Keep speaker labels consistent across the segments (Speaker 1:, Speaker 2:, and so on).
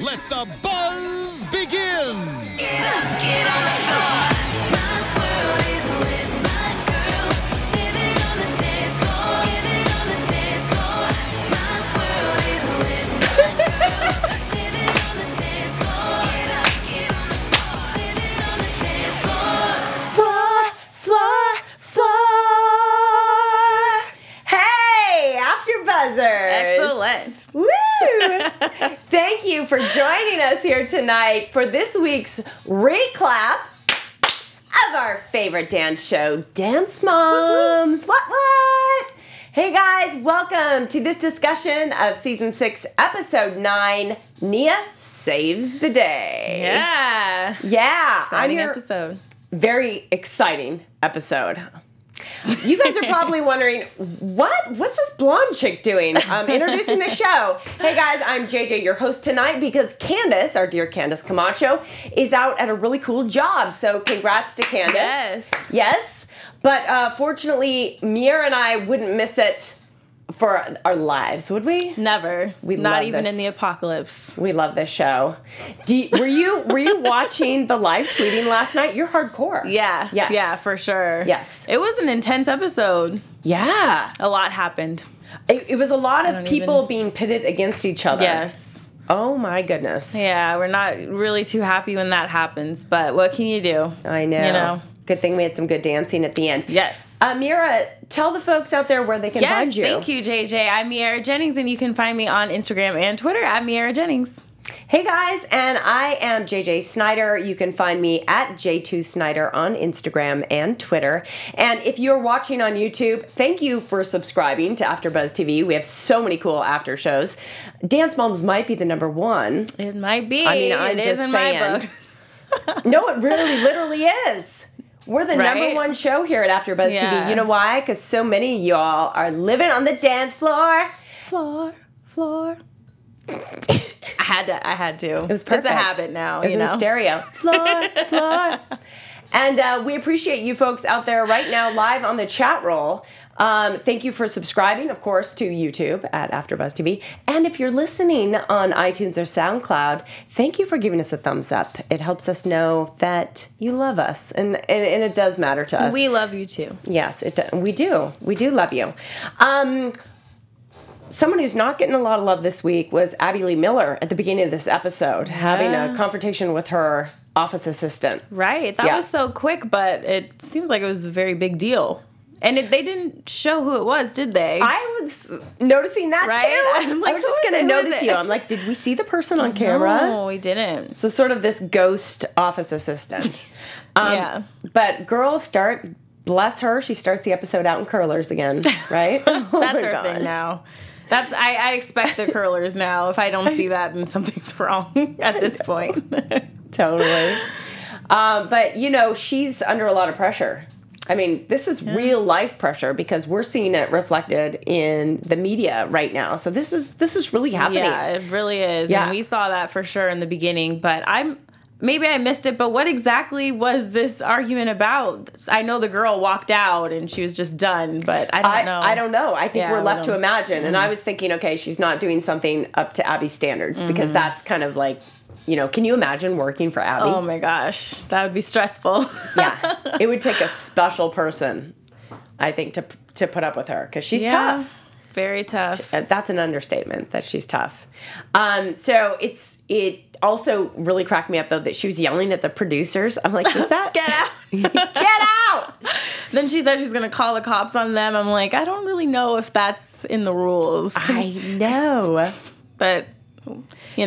Speaker 1: let the buzz begin.
Speaker 2: Floor, floor, floor. Hey, after buzzers.
Speaker 3: Excellent.
Speaker 2: Woo! Thank you for joining us here tonight for this week's reclap of our favorite dance show, Dance Moms. What, what? Hey guys, welcome to this discussion of season six, episode nine. Nia saves the day.
Speaker 3: Yeah.
Speaker 2: Yeah.
Speaker 3: Exciting
Speaker 2: your-
Speaker 3: episode.
Speaker 2: very exciting episode. You guys are probably wondering what what's this blonde chick doing? Um, introducing the show. Hey guys, I'm JJ, your host tonight because Candace, our dear Candace Camacho, is out at a really cool job. So congrats to Candace.
Speaker 3: Yes.
Speaker 2: Yes. But uh, fortunately, Mier and I wouldn't miss it for our lives, would we?
Speaker 3: Never. We not
Speaker 2: love
Speaker 3: even
Speaker 2: this.
Speaker 3: in the apocalypse.
Speaker 2: We love this show. Do you, were you were you watching the live tweeting last night? You're hardcore.
Speaker 3: Yeah.
Speaker 2: Yes.
Speaker 3: Yeah, for sure.
Speaker 2: Yes.
Speaker 3: It was an intense episode.
Speaker 2: Yeah.
Speaker 3: A lot happened.
Speaker 2: It, it was a lot of
Speaker 3: don't
Speaker 2: people
Speaker 3: even-
Speaker 2: being pitted against each other.
Speaker 3: Yes.
Speaker 2: Oh my goodness.
Speaker 3: Yeah, we're not really too happy when that happens, but what can you do?
Speaker 2: I know.
Speaker 3: You know.
Speaker 2: Good thing we had some good dancing at the end.
Speaker 3: Yes.
Speaker 2: Amira, tell the folks out there where they can
Speaker 3: Yes,
Speaker 2: find you.
Speaker 3: thank you, JJ. I'm Miera Jennings, and you can find me on Instagram and Twitter at Miera Jennings.
Speaker 2: Hey guys, and I am JJ Snyder. You can find me at J2 Snyder on Instagram and Twitter. And if you're watching on YouTube, thank you for subscribing to AfterBuzz TV. We have so many cool after shows. Dance Moms might be the number one.
Speaker 3: It might be.
Speaker 2: I mean, I'm
Speaker 3: It is
Speaker 2: just
Speaker 3: in
Speaker 2: saying.
Speaker 3: my book.
Speaker 2: No, it really literally is. We're the number
Speaker 3: Right?
Speaker 2: one show here at AfterBuzz TV.
Speaker 3: Yeah.
Speaker 2: You know why? Because so many of y'all are living on the dance floor.
Speaker 3: floor, floor. I had to. I had to. It
Speaker 2: was perfect.
Speaker 3: It's a habit now.
Speaker 2: It's
Speaker 3: you
Speaker 2: in
Speaker 3: know?
Speaker 2: stereo. Floor, floor. And uh, we appreciate you folks out there right now, live on the chat roll. Um, thank you for subscribing, of course, to YouTube at AfterBuzz TV. And if you're listening on iTunes or SoundCloud, thank you for giving us a thumbs up. It helps us know that you love us, and and, and it does matter to us.
Speaker 3: We love you too.
Speaker 2: Yes, it do- we do. We do love you. Um, someone who's not getting a lot of love this week was Abby Lee Miller at the beginning of this episode, having
Speaker 3: Ah.
Speaker 2: a confrontation with her office assistant.
Speaker 3: Right. That
Speaker 2: Yeah.
Speaker 3: was so quick, but it seems like it was a very big deal. And it, they didn't show who it was, did they?
Speaker 2: I was noticing that
Speaker 3: Right?
Speaker 2: too.
Speaker 3: I'm
Speaker 2: I
Speaker 3: like,
Speaker 2: was
Speaker 3: who
Speaker 2: just
Speaker 3: is
Speaker 2: going
Speaker 3: it?
Speaker 2: to
Speaker 3: Who is
Speaker 2: notice
Speaker 3: it?
Speaker 2: you. I'm like, did we see the person on camera?
Speaker 3: no, we didn't.
Speaker 2: So sort of this ghost office assistant. Um,
Speaker 3: yeah.
Speaker 2: But girls start. Bless her. She starts the episode out in curlers again, right? Oh
Speaker 3: That's our thing now. That's I, I expect the curlers now. If I don't see that, then something's wrong at this point.
Speaker 2: totally. Um, but you know, she's under a lot of pressure. I mean, this is real life pressure because we're seeing it reflected in the media right now. So this is this is really happening.
Speaker 3: Yeah, it really is.
Speaker 2: Yeah.
Speaker 3: And we saw that for sure in the beginning, but I'm maybe I missed it, but what exactly was this argument about? I know the girl walked out and she was just done, but I don't
Speaker 2: I,
Speaker 3: know.
Speaker 2: I don't know. I think
Speaker 3: Yeah,
Speaker 2: we're
Speaker 3: I
Speaker 2: left to
Speaker 3: don't- Mm.
Speaker 2: imagine. And I was thinking, okay, she's not doing something up to Abby's standards
Speaker 3: Mm-hmm.
Speaker 2: because that's kind of like, you know, can you imagine working for Abby?
Speaker 3: Oh my gosh, that would be stressful.
Speaker 2: yeah, it would take a special person, I think, to to put up with her because she's
Speaker 3: Yeah.
Speaker 2: tough.
Speaker 3: Very tough.
Speaker 2: Uh, That's an understatement that she's tough. Um, so it's it also really cracked me up though that she was yelling at the producers. I'm like, does that
Speaker 3: Get out.
Speaker 2: Get out!
Speaker 3: then she said she's going to call the cops on them. I'm like, I don't really know if that's in the rules,
Speaker 2: I know.
Speaker 3: but you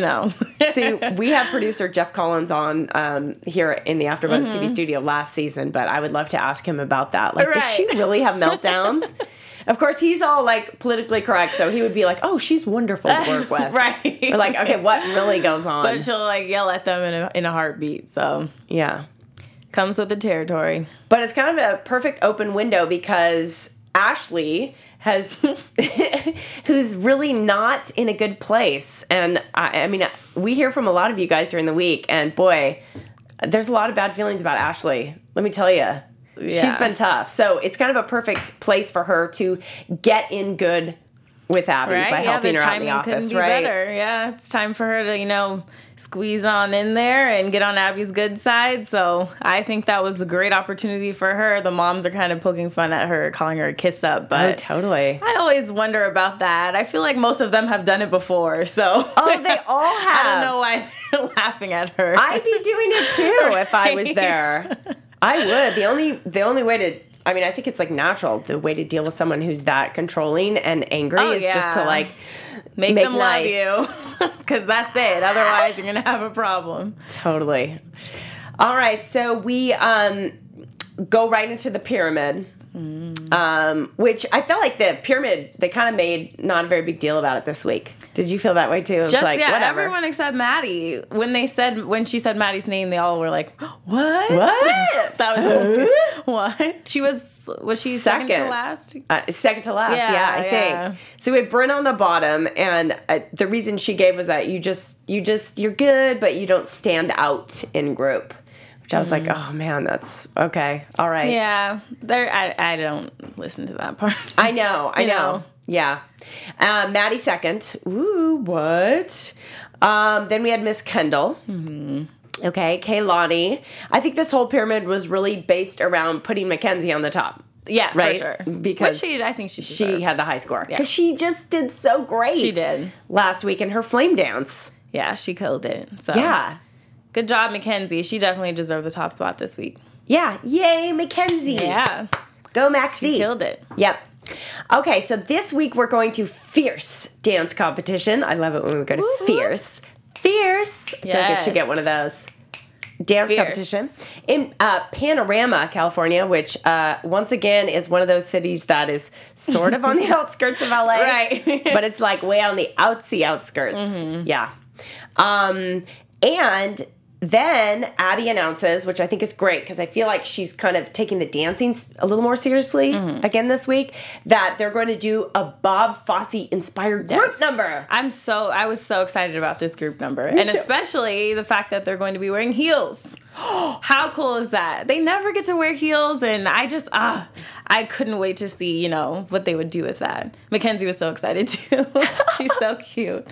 Speaker 3: know.
Speaker 2: See, we had producer Jeff Collins on um, here in the AfterBuzz
Speaker 3: Mm-hmm.
Speaker 2: TV studio last season, but I would love to ask him about that. Like, does
Speaker 3: Right.
Speaker 2: she really have meltdowns? of course, he's all like politically correct, so he would be like, "Oh, she's wonderful to work with."
Speaker 3: Right.
Speaker 2: We're like, okay, what really goes on?
Speaker 3: but she'll like yell at them in a, in a heartbeat. So
Speaker 2: yeah.
Speaker 3: comes with the territory.
Speaker 2: But it's kind of a perfect open window because Ashley has, who's really not in a good place. And I, I mean, we hear from a lot of you guys during the week, and boy, there's a lot of bad feelings about Ashley. Let me tell you. She's
Speaker 3: Yeah.
Speaker 2: been tough. So it's kind of a perfect place for her to get in good with Abby
Speaker 3: Right?
Speaker 2: by helping
Speaker 3: the
Speaker 2: her out in
Speaker 3: timing
Speaker 2: the office,
Speaker 3: couldn't be
Speaker 2: right?
Speaker 3: better. Yeah, it's time for her to, you know, squeeze on in there and get on Abby's good side. So I think that was a great opportunity for her. The moms are kind of poking fun at her, calling her a kiss up,
Speaker 2: Oh,
Speaker 3: but
Speaker 2: totally.
Speaker 3: I always wonder about that. I feel like most of them have done it before, so
Speaker 2: Oh, they all have.
Speaker 3: I don't know why they're laughing at her.
Speaker 2: I'd be doing it too if I was there. I would. The only the only way to I mean, I think it's like natural. The way to deal with someone who's that controlling and angry
Speaker 3: Oh,
Speaker 2: is just to
Speaker 3: yeah.
Speaker 2: like
Speaker 3: make,
Speaker 2: make
Speaker 3: them
Speaker 2: nice.
Speaker 3: love you, because that's it. Otherwise, you're gonna have a problem.
Speaker 2: totally. All right, so we um go right into the pyramid. Um, which I felt like the pyramid they kind of made not a very big deal about it this week. Did you feel that way too? It was
Speaker 3: Just
Speaker 2: like
Speaker 3: yeah,
Speaker 2: whatever.
Speaker 3: everyone except Maddie. When they said when she said Maddie's name, they all were like, "What?
Speaker 2: What?
Speaker 3: that was what? She was was she second,
Speaker 2: Second.
Speaker 3: to last?
Speaker 2: uh, second to last. Yeah,
Speaker 3: Yeah,
Speaker 2: I
Speaker 3: yeah.
Speaker 2: think. So we have Bryn on the bottom, and uh, the reason she gave was that you just, you just, you're good, but you don't stand out in group. Which I was like, oh man, that's okay, all right.
Speaker 3: Mm. Yeah, there. I I don't listen to that part.
Speaker 2: I know, I
Speaker 3: You
Speaker 2: know.
Speaker 3: know.
Speaker 2: Yeah. Uh, Maddie second. Ooh, what? Um, then we had Miss Kendall.
Speaker 3: Mm-hmm.
Speaker 2: Okay, Kaylani. I think this whole pyramid was really based around putting Mackenzie on the top.
Speaker 3: yeah,
Speaker 2: Right,
Speaker 3: for sure.
Speaker 2: because
Speaker 3: Which she, I think she
Speaker 2: She
Speaker 3: deserved.
Speaker 2: had the high score because she just did so great.
Speaker 3: She did.
Speaker 2: last week in her flame dance.
Speaker 3: yeah, she killed it. So
Speaker 2: Yeah,
Speaker 3: Good job, Mackenzie. She definitely deserved the top spot this week.
Speaker 2: yeah, yay, Mackenzie.
Speaker 3: Yeah.
Speaker 2: go Maxie.
Speaker 3: Killed it.
Speaker 2: Yep. Okay, so this week we're going to fierce dance competition. I love it when we go to
Speaker 3: Woo-hoo.
Speaker 2: fierce, fierce. I feel like I should
Speaker 3: Yes.
Speaker 2: get one of those. Dance
Speaker 3: Fierce.
Speaker 2: competition in uh, Panorama, California, which uh, once again is one of those cities that is sort of on the outskirts of LA,
Speaker 3: Right.
Speaker 2: but it's like way on the outsy outskirts.
Speaker 3: Mm-hmm.
Speaker 2: Yeah. Um, and then Abby announces, which I think is great because I feel like she's kind of taking the dancing s- a little more seriously
Speaker 3: Mm-hmm.
Speaker 2: again this week, that they're going to do a Bob Fosse inspired group
Speaker 3: Yes.
Speaker 2: number.
Speaker 3: I'm so I was so excited about this group number. and
Speaker 2: too.
Speaker 3: especially the fact that they're going to be wearing heels. How cool is that? They never get to wear heels and I just ah I couldn't wait to see, you know, what they would do with that. Mackenzie was so excited too. She's so cute.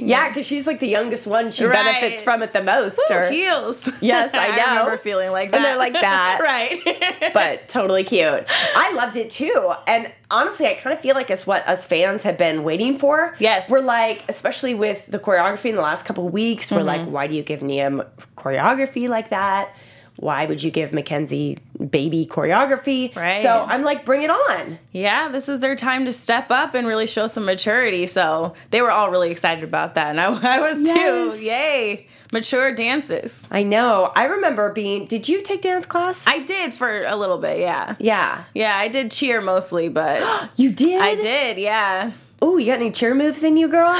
Speaker 2: Yeah, because she's like the youngest one. She
Speaker 3: Right.
Speaker 2: benefits from it the most.
Speaker 3: Woo,
Speaker 2: or-
Speaker 3: heels.
Speaker 2: Yes, I know.
Speaker 3: I remember feeling like that.
Speaker 2: And they're like that.
Speaker 3: right.
Speaker 2: but totally cute. I loved it too. And honestly, I kind of feel like it's what us fans have been waiting for.
Speaker 3: Yes.
Speaker 2: We're like, especially with the choreography in the last couple of weeks, we're
Speaker 3: Mm-hmm.
Speaker 2: like, why do you give Nia m- choreography like that? Why would you give Mackenzie baby choreography?
Speaker 3: Right.
Speaker 2: So I'm like, bring it on.
Speaker 3: Yeah, this was their time to step up and really show some maturity. So they were all really excited about that. And I, I was
Speaker 2: Yes.
Speaker 3: too. Yay. Mature dances.
Speaker 2: I know. I remember being, did you take dance class?
Speaker 3: I did for a little bit. Yeah.
Speaker 2: yeah.
Speaker 3: Yeah, I did cheer mostly, but
Speaker 2: You did?
Speaker 3: I did. Yeah.
Speaker 2: Oh, you got any cheer moves in you, girl?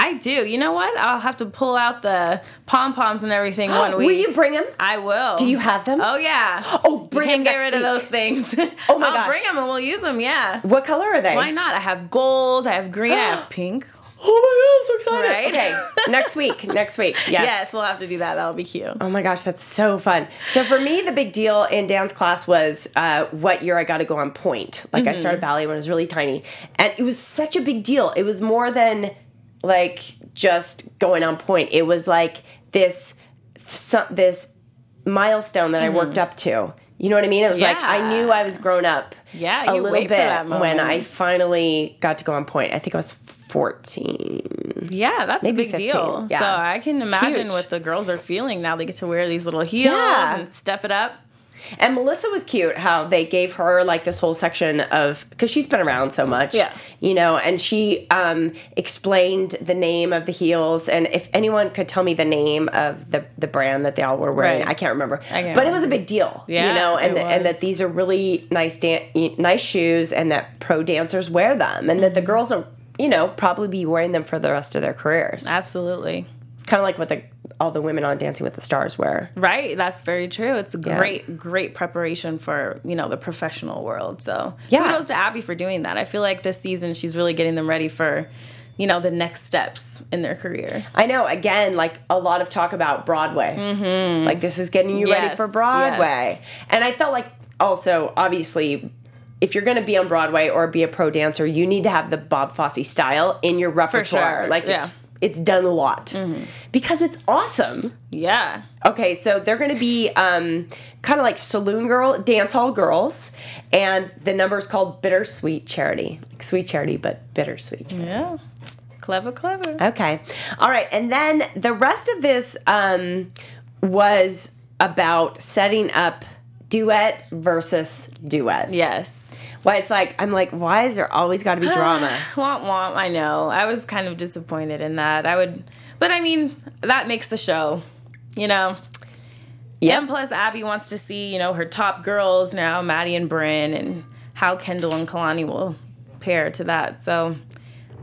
Speaker 3: I do. You know what? I'll have to pull out the pom poms and everything one week.
Speaker 2: Will you bring them?
Speaker 3: I will.
Speaker 2: Do you have them?
Speaker 3: Oh, yeah.
Speaker 2: Oh, bring
Speaker 3: you can't
Speaker 2: 'em
Speaker 3: get
Speaker 2: next
Speaker 3: rid of
Speaker 2: week.
Speaker 3: those things.
Speaker 2: Oh, my
Speaker 3: I'll
Speaker 2: gosh.
Speaker 3: bring them and we'll use them. Yeah.
Speaker 2: What color are they?
Speaker 3: Why not? I have gold, I have green, I have pink.
Speaker 2: Oh my god, I'm so
Speaker 3: Right?
Speaker 2: Okay, next week. Next week. Yes.
Speaker 3: Yes, Um, we'll have to do that. That'll be cute.
Speaker 2: Oh my gosh, that's so fun. So for me, the big deal in dance class was uh, what year I got to go on point. Like I
Speaker 3: Mm-hmm.
Speaker 2: started ballet when I was really tiny, and it was such a big deal. It was more than like just going on point. It was like this so- this milestone that I worked up to You know what I mean? It was like I
Speaker 3: Mm-hmm. Yeah.
Speaker 2: knew I was grown up.
Speaker 3: Yeah,
Speaker 2: a
Speaker 3: you
Speaker 2: little
Speaker 3: wait
Speaker 2: bit
Speaker 3: for that
Speaker 2: when
Speaker 3: moment.
Speaker 2: I finally got to go on point. I think I was fourteen.
Speaker 3: Yeah, that's
Speaker 2: Maybe
Speaker 3: a big
Speaker 2: 15,
Speaker 3: deal.
Speaker 2: yeah.
Speaker 3: So I can
Speaker 2: It's
Speaker 3: imagine
Speaker 2: huge.
Speaker 3: what the girls are feeling now. They get to wear these little heels
Speaker 2: Yeah.
Speaker 3: and step it up.
Speaker 2: And Melissa was cute how they gave her like this whole section of because she's been around so much,
Speaker 3: Yeah.
Speaker 2: you know, and she um, explained the name of the heels and if anyone could tell me the name of the, the brand that they all were wearing,
Speaker 3: Right.
Speaker 2: I can't remember,
Speaker 3: can't
Speaker 2: but it was a big deal, you
Speaker 3: Yeah,
Speaker 2: know, and
Speaker 3: it
Speaker 2: th- and
Speaker 3: was.
Speaker 2: that these are really nice dan- nice shoes and that pro dancers wear them and that
Speaker 3: Mm-hmm.
Speaker 2: the girls are you know probably be wearing them for the rest of their careers.
Speaker 3: Absolutely.
Speaker 2: It's kind of like what the all the women on Dancing with the Stars wear.
Speaker 3: Right, that's very true. It's a
Speaker 2: Yeah.
Speaker 3: great, great preparation for you know the professional world. So
Speaker 2: Yeah.
Speaker 3: kudos to Abby for doing that. I feel like this season she's really getting them ready for, you know, the next steps in their career.
Speaker 2: I know. Again, like a lot of talk about Broadway. Mm-hmm. Like this is getting you ready
Speaker 3: Yes,
Speaker 2: for Broadway. And I felt like also obviously. If you're going to be on Broadway or be a pro dancer, you need to have the Bob Fosse style in your repertoire.
Speaker 3: sure,
Speaker 2: Like
Speaker 3: yeah. Mm-hmm.
Speaker 2: it's it's done a lot because it's awesome.
Speaker 3: Yeah,
Speaker 2: Okay, so they're going to be um, kind of like saloon girl, dance hall girls, and the number is called Bittersweet Charity, like sweet charity, but bittersweet.
Speaker 3: yeah, clever, clever.
Speaker 2: Okay. All right. And then the rest of this um, was about setting up duet versus duet.
Speaker 3: yes,
Speaker 2: Why it's like, I'm like, why is there always got to be drama?
Speaker 3: womp womp. I know. I was kind of disappointed in that. I would, but I mean, that makes the show. You know,
Speaker 2: Yeah.
Speaker 3: And plus, Abby wants to see, you know, her top girls now, Maddie and Bryn, and how Kendall and Kalani will pair to that. So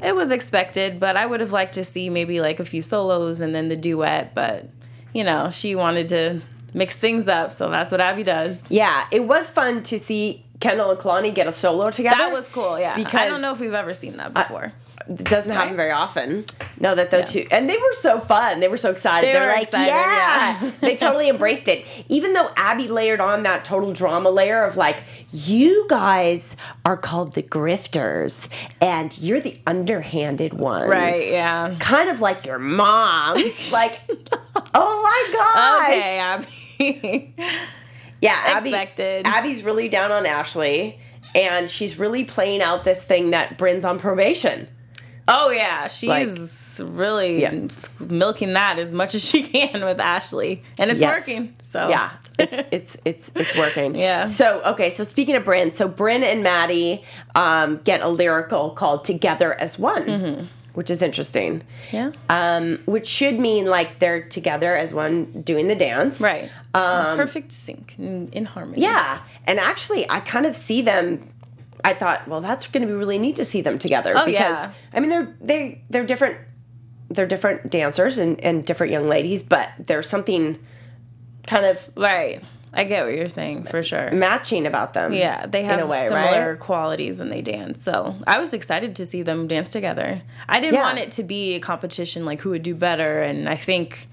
Speaker 3: it was expected, but I would have liked to see maybe like a few solos and then the duet. But, you know, she wanted to mix things up. So that's what Abby does.
Speaker 2: Yeah. It was fun to see Kendall and Kalani get a solo together.
Speaker 3: That was cool, yeah.
Speaker 2: Because
Speaker 3: I don't know if we've ever seen that before.
Speaker 2: it doesn't happen
Speaker 3: Right.
Speaker 2: very often. No, that though two, and they were so fun. They were so excited.
Speaker 3: They
Speaker 2: They're
Speaker 3: were
Speaker 2: like,
Speaker 3: excited,
Speaker 2: yeah.
Speaker 3: yeah.
Speaker 2: they totally embraced it. Even though Abby layered on that total drama layer of like, you guys are called the grifters, and you're the underhanded ones,
Speaker 3: Right, yeah.
Speaker 2: Kind of like your moms, like. Oh my gosh!
Speaker 3: okay, Abby.
Speaker 2: Yeah, Abby,
Speaker 3: Expected.
Speaker 2: Abby's really down on Ashley, and she's really playing out this thing that Bryn's on probation.
Speaker 3: oh, yeah. She's really
Speaker 2: Yeah.
Speaker 3: milking that as much as she can with Ashley. And it's
Speaker 2: Yes.
Speaker 3: working. So,
Speaker 2: yeah it's it's it's it's working
Speaker 3: Oh. Yeah.
Speaker 2: so okay so speaking of bryn so bryn and maddie um, get a lyrical called together as one
Speaker 3: Mm-hmm.
Speaker 2: which is interesting
Speaker 3: Yeah.
Speaker 2: um, which should mean like they're together as one doing the dance
Speaker 3: Right. Um, perfect sync in, in harmony.
Speaker 2: yeah and actually i kind of see them i thought well that's going to be really neat to see them together
Speaker 3: Oh,
Speaker 2: because
Speaker 3: yeah.
Speaker 2: i mean they're they they're different they're different dancers and, and different young ladies but there's something kind of
Speaker 3: Right. I get what you're saying for sure.
Speaker 2: matching about them
Speaker 3: Yeah, they
Speaker 2: Mm, in
Speaker 3: have
Speaker 2: a way, right?
Speaker 3: similar qualities when they dance. So I was excited to see them dance together. I didn't
Speaker 2: Yeah.
Speaker 3: want it to be a competition like who would do better, and I think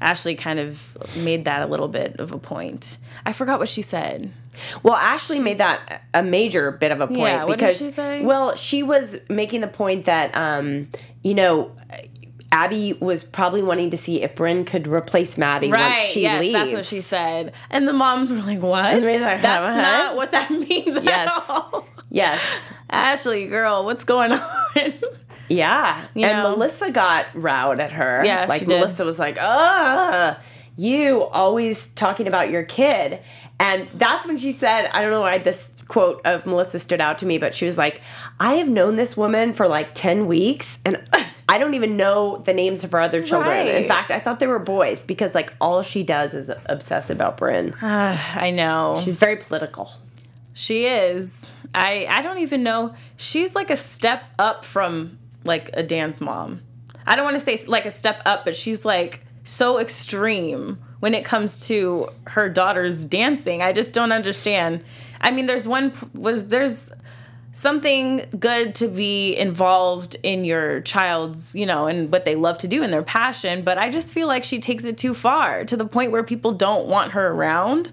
Speaker 3: Ashley kind of made that a little bit of a point. I forgot what she said.
Speaker 2: Well, Ashley made that a major bit of a point
Speaker 3: Yeah, what did
Speaker 2: because
Speaker 3: she say?
Speaker 2: well, she was making the point that um, you know, Abby was probably wanting to see if Bryn could replace Maddie once she
Speaker 3: yes,
Speaker 2: leaves.
Speaker 3: that's what she said. And the moms were like, "What?
Speaker 2: the moms were like,
Speaker 3: that's
Speaker 2: "Huh?"
Speaker 3: not what that means." at
Speaker 2: Yes.
Speaker 3: all."
Speaker 2: Yes.
Speaker 3: Ashley, girl, what's going on?
Speaker 2: Yeah. and
Speaker 3: know?
Speaker 2: Melissa got rowed at her.
Speaker 3: Yeah,
Speaker 2: Like
Speaker 3: she did.
Speaker 2: Melissa was like, Ugh, you always talking about your kid. And that's when she said, I don't know why this quote of Melissa stood out to me, but she was like, I have known this woman for like 10 weeks and I don't even know the names of her other children. In
Speaker 3: Right.
Speaker 2: fact, I thought they were boys because like all she does is obsess about Bryn.
Speaker 3: Ah. I know.
Speaker 2: She's very political.
Speaker 3: She is. I I don't even know. She's like a step up from like a dance mom. I don't want to say like a step up, but she's like so extreme when it comes to her daughter's dancing. I just don't understand. I mean, there's one was there's something good to be involved in your child's, you know, and what they love to do and their passion, but I just feel like she takes it too far to the point where people don't want her around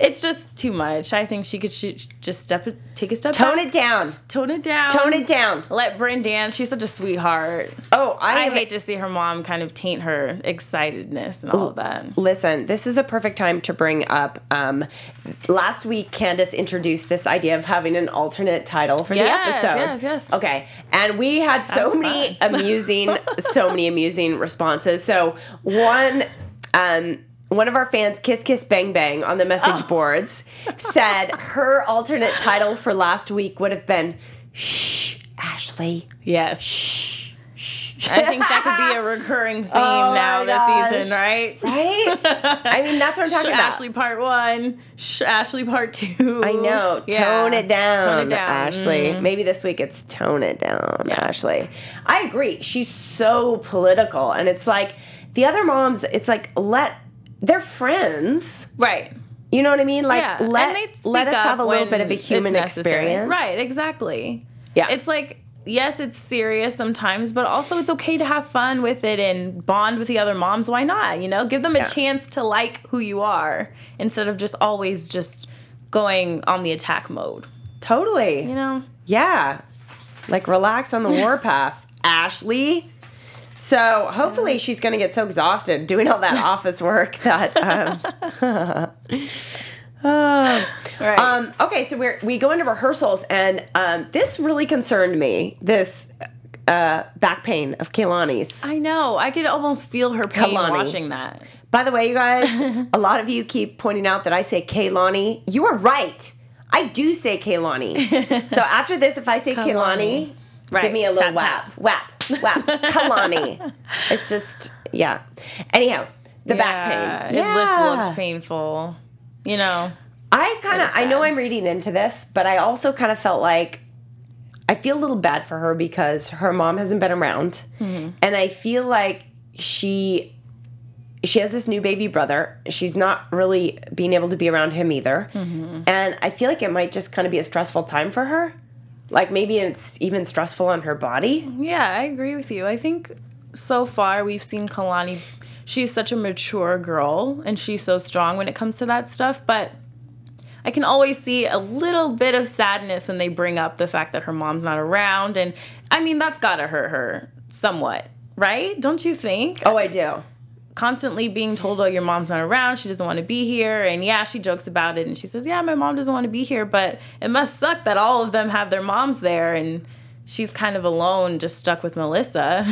Speaker 3: It's just too much. I think she could shoot, just step it, take a step
Speaker 2: Tone
Speaker 3: back.
Speaker 2: it down.
Speaker 3: Tone it down.
Speaker 2: Tone it down.
Speaker 3: Let Bryn dance. She's such a sweetheart.
Speaker 2: Oh, I,
Speaker 3: I hate to see her mom kind of taint her excitedness and all of that.
Speaker 2: Listen, this is a perfect time to bring up. Um, last week, Candace introduced this idea of having an alternate title for
Speaker 3: Yes,
Speaker 2: the episode.
Speaker 3: yes, yes.
Speaker 2: Okay, and we had so
Speaker 3: That's
Speaker 2: many amusing, so many amusing responses. So one, um, one of our fans, Kiss Kiss Bang Bang, on the message
Speaker 3: Oh.
Speaker 2: boards, said her alternate title for last week would have been "Shh, Ashley."
Speaker 3: Yes. I think that could be a recurring theme
Speaker 2: Oh
Speaker 3: now
Speaker 2: my
Speaker 3: this
Speaker 2: gosh.
Speaker 3: season, right?
Speaker 2: Right? I mean, that's what I'm
Speaker 3: Sh-
Speaker 2: talking about.
Speaker 3: Ashley part one, sh- Ashley part two.
Speaker 2: I know. Tone
Speaker 3: Yeah.
Speaker 2: it down,
Speaker 3: Tone it down. Mm-hmm.
Speaker 2: Ashley. Maybe this week it's tone it down, Ashley. I agree. She's so political, and it's like the other moms. It's like let they're friends.
Speaker 3: Right.
Speaker 2: You know what I mean? Like
Speaker 3: Yeah. and they
Speaker 2: let
Speaker 3: speak
Speaker 2: let us
Speaker 3: up
Speaker 2: have a little
Speaker 3: when
Speaker 2: bit of a
Speaker 3: it's
Speaker 2: human
Speaker 3: necessary.
Speaker 2: experience,
Speaker 3: Right, exactly.
Speaker 2: Yeah.
Speaker 3: It's like, yes, it's serious sometimes, but also it's okay to have fun with it and bond with the other moms. Why not? You know, give them a
Speaker 2: Yeah.
Speaker 3: chance to like who you are instead of just always just going on the attack mode.
Speaker 2: Totally.
Speaker 3: You know?
Speaker 2: Yeah. Like relax on the warpath, Ashley. So hopefully she's going to get so exhausted doing all that office work that. Um, oh.
Speaker 3: Right.
Speaker 2: Um, okay, so we're, we go into rehearsals, and um, this really concerned me. This uh, back pain of Kaylani's.
Speaker 3: I know. I could almost feel her pain
Speaker 2: Kalani.
Speaker 3: watching that.
Speaker 2: By the way, you guys, a lot of you keep pointing out that I say Kaylani. You are right. I do say Kaylani. so after this, if I say Kaylani,
Speaker 3: Right.
Speaker 2: give me a little
Speaker 3: Tap,
Speaker 2: whap,
Speaker 3: tap.
Speaker 2: whap, whap, Kalani. It's just, yeah. Anyhow, the back pain.
Speaker 3: It just looks painful. You know?
Speaker 2: I kind of,
Speaker 3: is
Speaker 2: I know
Speaker 3: bad.
Speaker 2: I'm reading into this, but I also kind of felt like I feel a little bad for her because her mom hasn't been around, and I feel like she she has this new baby brother. She's not really being able to be around him either, and I feel like it might just kind of be a stressful time for her. Like maybe it's even stressful on her body.
Speaker 3: Yeah, I agree with you. I think so far we've seen Kalani. She's such a mature girl and she's so strong when it comes to that stuff. But I can always see a little bit of sadness when they bring up the fact that her mom's not around. And I mean, that's gotta hurt her somewhat, right? Don't you think?
Speaker 2: Oh, I do.
Speaker 3: Constantly being told, oh, your mom's not around. She doesn't wanna be here. And yeah, she jokes about it and she says, yeah, my mom doesn't wanna be here. But it must suck that all of them have their moms there and she's kind of alone, just stuck with Melissa.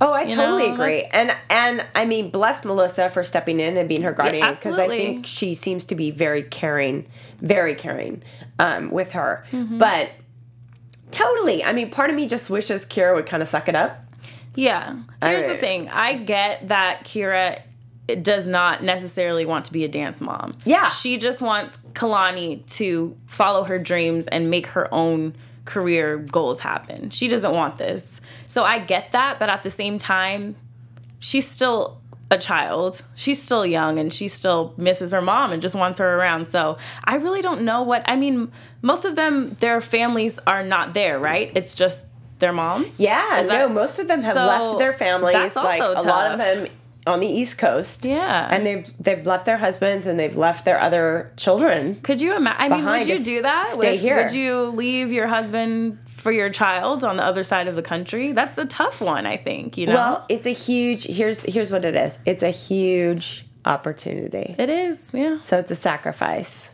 Speaker 2: Oh, I
Speaker 3: know,
Speaker 2: totally agree.
Speaker 3: that's-
Speaker 2: And and I mean, bless Melissa for stepping in and being her guardian because I
Speaker 3: absolutely.
Speaker 2: think she seems to be very caring, very caring um, with her.
Speaker 3: Mm-hmm.
Speaker 2: But totally, I mean, part of me just wishes Kira would kind of suck it up.
Speaker 3: Yeah. Here's
Speaker 2: I-
Speaker 3: the thing. I get that Kira does not necessarily want to be a dance mom.
Speaker 2: Yeah.
Speaker 3: She just wants Kalani to follow her dreams and make her own career goals happen. She doesn't want this. So I get that, but at the same time, she's still a child. She's still young and she still misses her mom and just wants her around. So I really don't know what I mean, most of them their families are not there, right? It's just their moms.
Speaker 2: Yeah,
Speaker 3: Is
Speaker 2: no,
Speaker 3: that-
Speaker 2: most of them have
Speaker 3: So,
Speaker 2: left their families.
Speaker 3: that's
Speaker 2: like
Speaker 3: also
Speaker 2: a lot of
Speaker 3: tough.
Speaker 2: them on the East Coast.
Speaker 3: Yeah.
Speaker 2: and they've they've left their husbands and they've left their other children.
Speaker 3: Could you imagine? I mean,
Speaker 2: behind
Speaker 3: would you
Speaker 2: to
Speaker 3: do that?
Speaker 2: stay
Speaker 3: Would-
Speaker 2: here.
Speaker 3: Would you leave your husband for your child on the other side of the country? That's a tough one, I think. You know,
Speaker 2: Well, it's a huge. Here's here's what it is. It's a huge opportunity.
Speaker 3: it is. Yeah,
Speaker 2: So it's a sacrifice,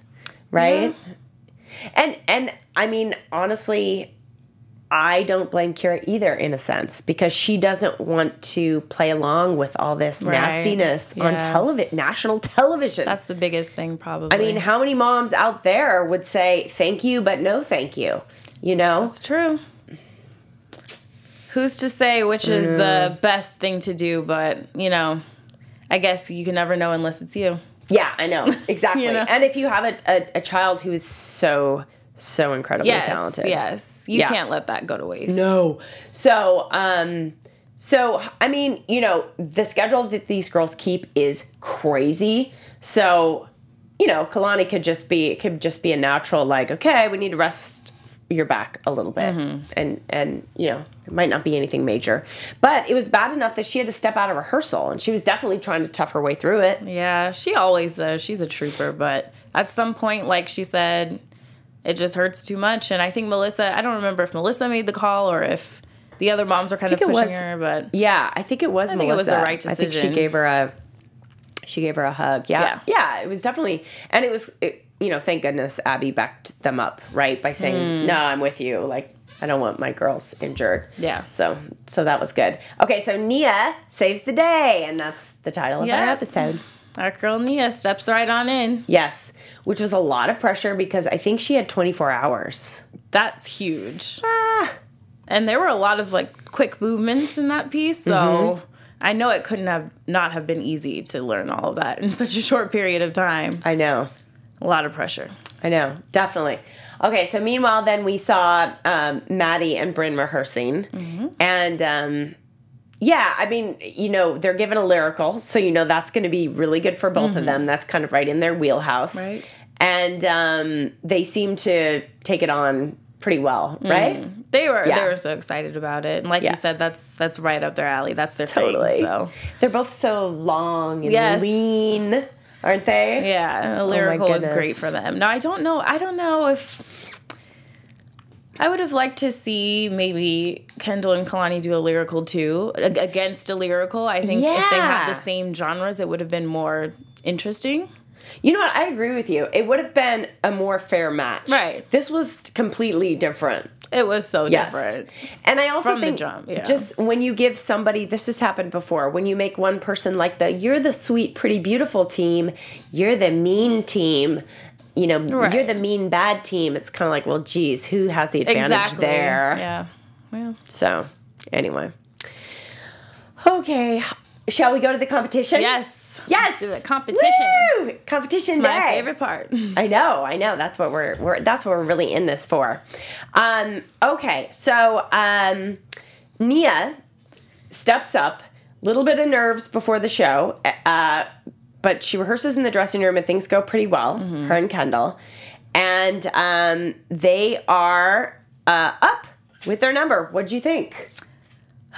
Speaker 2: right? And and I mean honestly, I don't blame Kira either in a sense because she doesn't want to play along with all this
Speaker 3: Right.
Speaker 2: nastiness on
Speaker 3: Yeah.
Speaker 2: television, national television.
Speaker 3: that's the biggest thing, probably.
Speaker 2: I mean, how many moms out there would say thank you but no thank you? You know?
Speaker 3: it's true. Who's to say which is
Speaker 2: Mm.
Speaker 3: the best thing to do? But you know, I guess you can never know unless it's you.
Speaker 2: Yeah, I know. Exactly.
Speaker 3: know?
Speaker 2: And if you have a, a, a child who is so so incredibly
Speaker 3: Yes,
Speaker 2: talented.
Speaker 3: yes, you
Speaker 2: Yeah.
Speaker 3: can't let that go to waste.
Speaker 2: No. So, um, so I mean, you know, the schedule that these girls keep is crazy. So, you know, Kalani could just be it could just be a natural like, okay, we need to rest your back a little bit and and you know it might not be anything major but it was bad enough that she had to step out of rehearsal and she was definitely trying to tough her way through it
Speaker 3: Yeah, she always does. She's a trooper, but at some point, like she said, it just hurts too much. And I think Melissa, I don't remember if Melissa made the call or if the other moms were kind of
Speaker 2: think it
Speaker 3: pushing
Speaker 2: was-
Speaker 3: her, but
Speaker 2: Yeah, I think it was
Speaker 3: I think it
Speaker 2: Melissa.
Speaker 3: was the right
Speaker 2: I think she
Speaker 3: decision.
Speaker 2: gave her a she gave her a hug. Yeah. Yeah, it was definitely and it was it, you know, thank goodness Abby backed them up, right? By
Speaker 3: Mm.
Speaker 2: saying, "No, I'm with you." Like I don't want my girls injured.
Speaker 3: Yeah.
Speaker 2: So so that was good. Okay, so Nia saves the day, and that's the title of our
Speaker 3: Yeah.
Speaker 2: episode.
Speaker 3: our girl Nia steps right on in.
Speaker 2: Yes, which was a lot of pressure because I think she had 24 hours.
Speaker 3: That's huge.
Speaker 2: Ah.
Speaker 3: And there were a lot of like quick movements in that piece, so
Speaker 2: Mm-hmm.
Speaker 3: I know it couldn't have not have been easy to learn all of that in such a short period of time.
Speaker 2: I know.
Speaker 3: A lot of pressure.
Speaker 2: I know, definitely. Okay, so meanwhile, then we saw um, Maddie and Bryn rehearsing,
Speaker 3: Mm-hmm.
Speaker 2: and um, yeah, I mean, you know, they're given a lyrical, so you know that's going to be really good for both of them. That's kind of right in their wheelhouse,
Speaker 3: Mm-hmm. Right.
Speaker 2: and um, they seem to take it on pretty well,
Speaker 3: Mm.
Speaker 2: right?
Speaker 3: They were
Speaker 2: Yeah.
Speaker 3: they were so excited about it, and like
Speaker 2: Yeah.
Speaker 3: you said, that's that's right up their alley. That's their
Speaker 2: Totally.
Speaker 3: thing. So
Speaker 2: They're both so long and
Speaker 3: Yes.
Speaker 2: lean, aren't they?
Speaker 3: yeah, a lyrical is great
Speaker 2: Oh goodness.
Speaker 3: for them. Now I don't know. I don't know if I would have liked to see maybe Kendall and Kalani do a lyrical too a- against a lyrical. I think if they had
Speaker 2: Yeah.
Speaker 3: the same genres, it would have been more interesting.
Speaker 2: You know what? I agree with you. It would have been a more fair match.
Speaker 3: Right.
Speaker 2: This was completely different.
Speaker 3: It was so
Speaker 2: Yes.
Speaker 3: different.
Speaker 2: And I also
Speaker 3: From the
Speaker 2: think
Speaker 3: jump, yeah.
Speaker 2: just when you give somebody this has happened before, when you make one person like the you're the sweet, pretty, beautiful team, you're the mean team, you know, you're
Speaker 3: Right.
Speaker 2: the mean bad team, it's kinda like, well, geez, who has the advantage
Speaker 3: Exactly.
Speaker 2: there?
Speaker 3: Yeah. Well,
Speaker 2: So anyway. Okay. Shall we go to the competition?
Speaker 3: yes.
Speaker 2: Yes.
Speaker 3: do it. Competition.
Speaker 2: Woo! Competition
Speaker 3: My
Speaker 2: day.
Speaker 3: favorite part.
Speaker 2: I know, I know. That's what we're, we're that's what we're really in this for. Um, okay, so um, Nia steps up, little bit of nerves before the show, uh, but she rehearses in the dressing room and things go pretty well. Her and Kendall, and um, they are uh, up with their number. What do you think?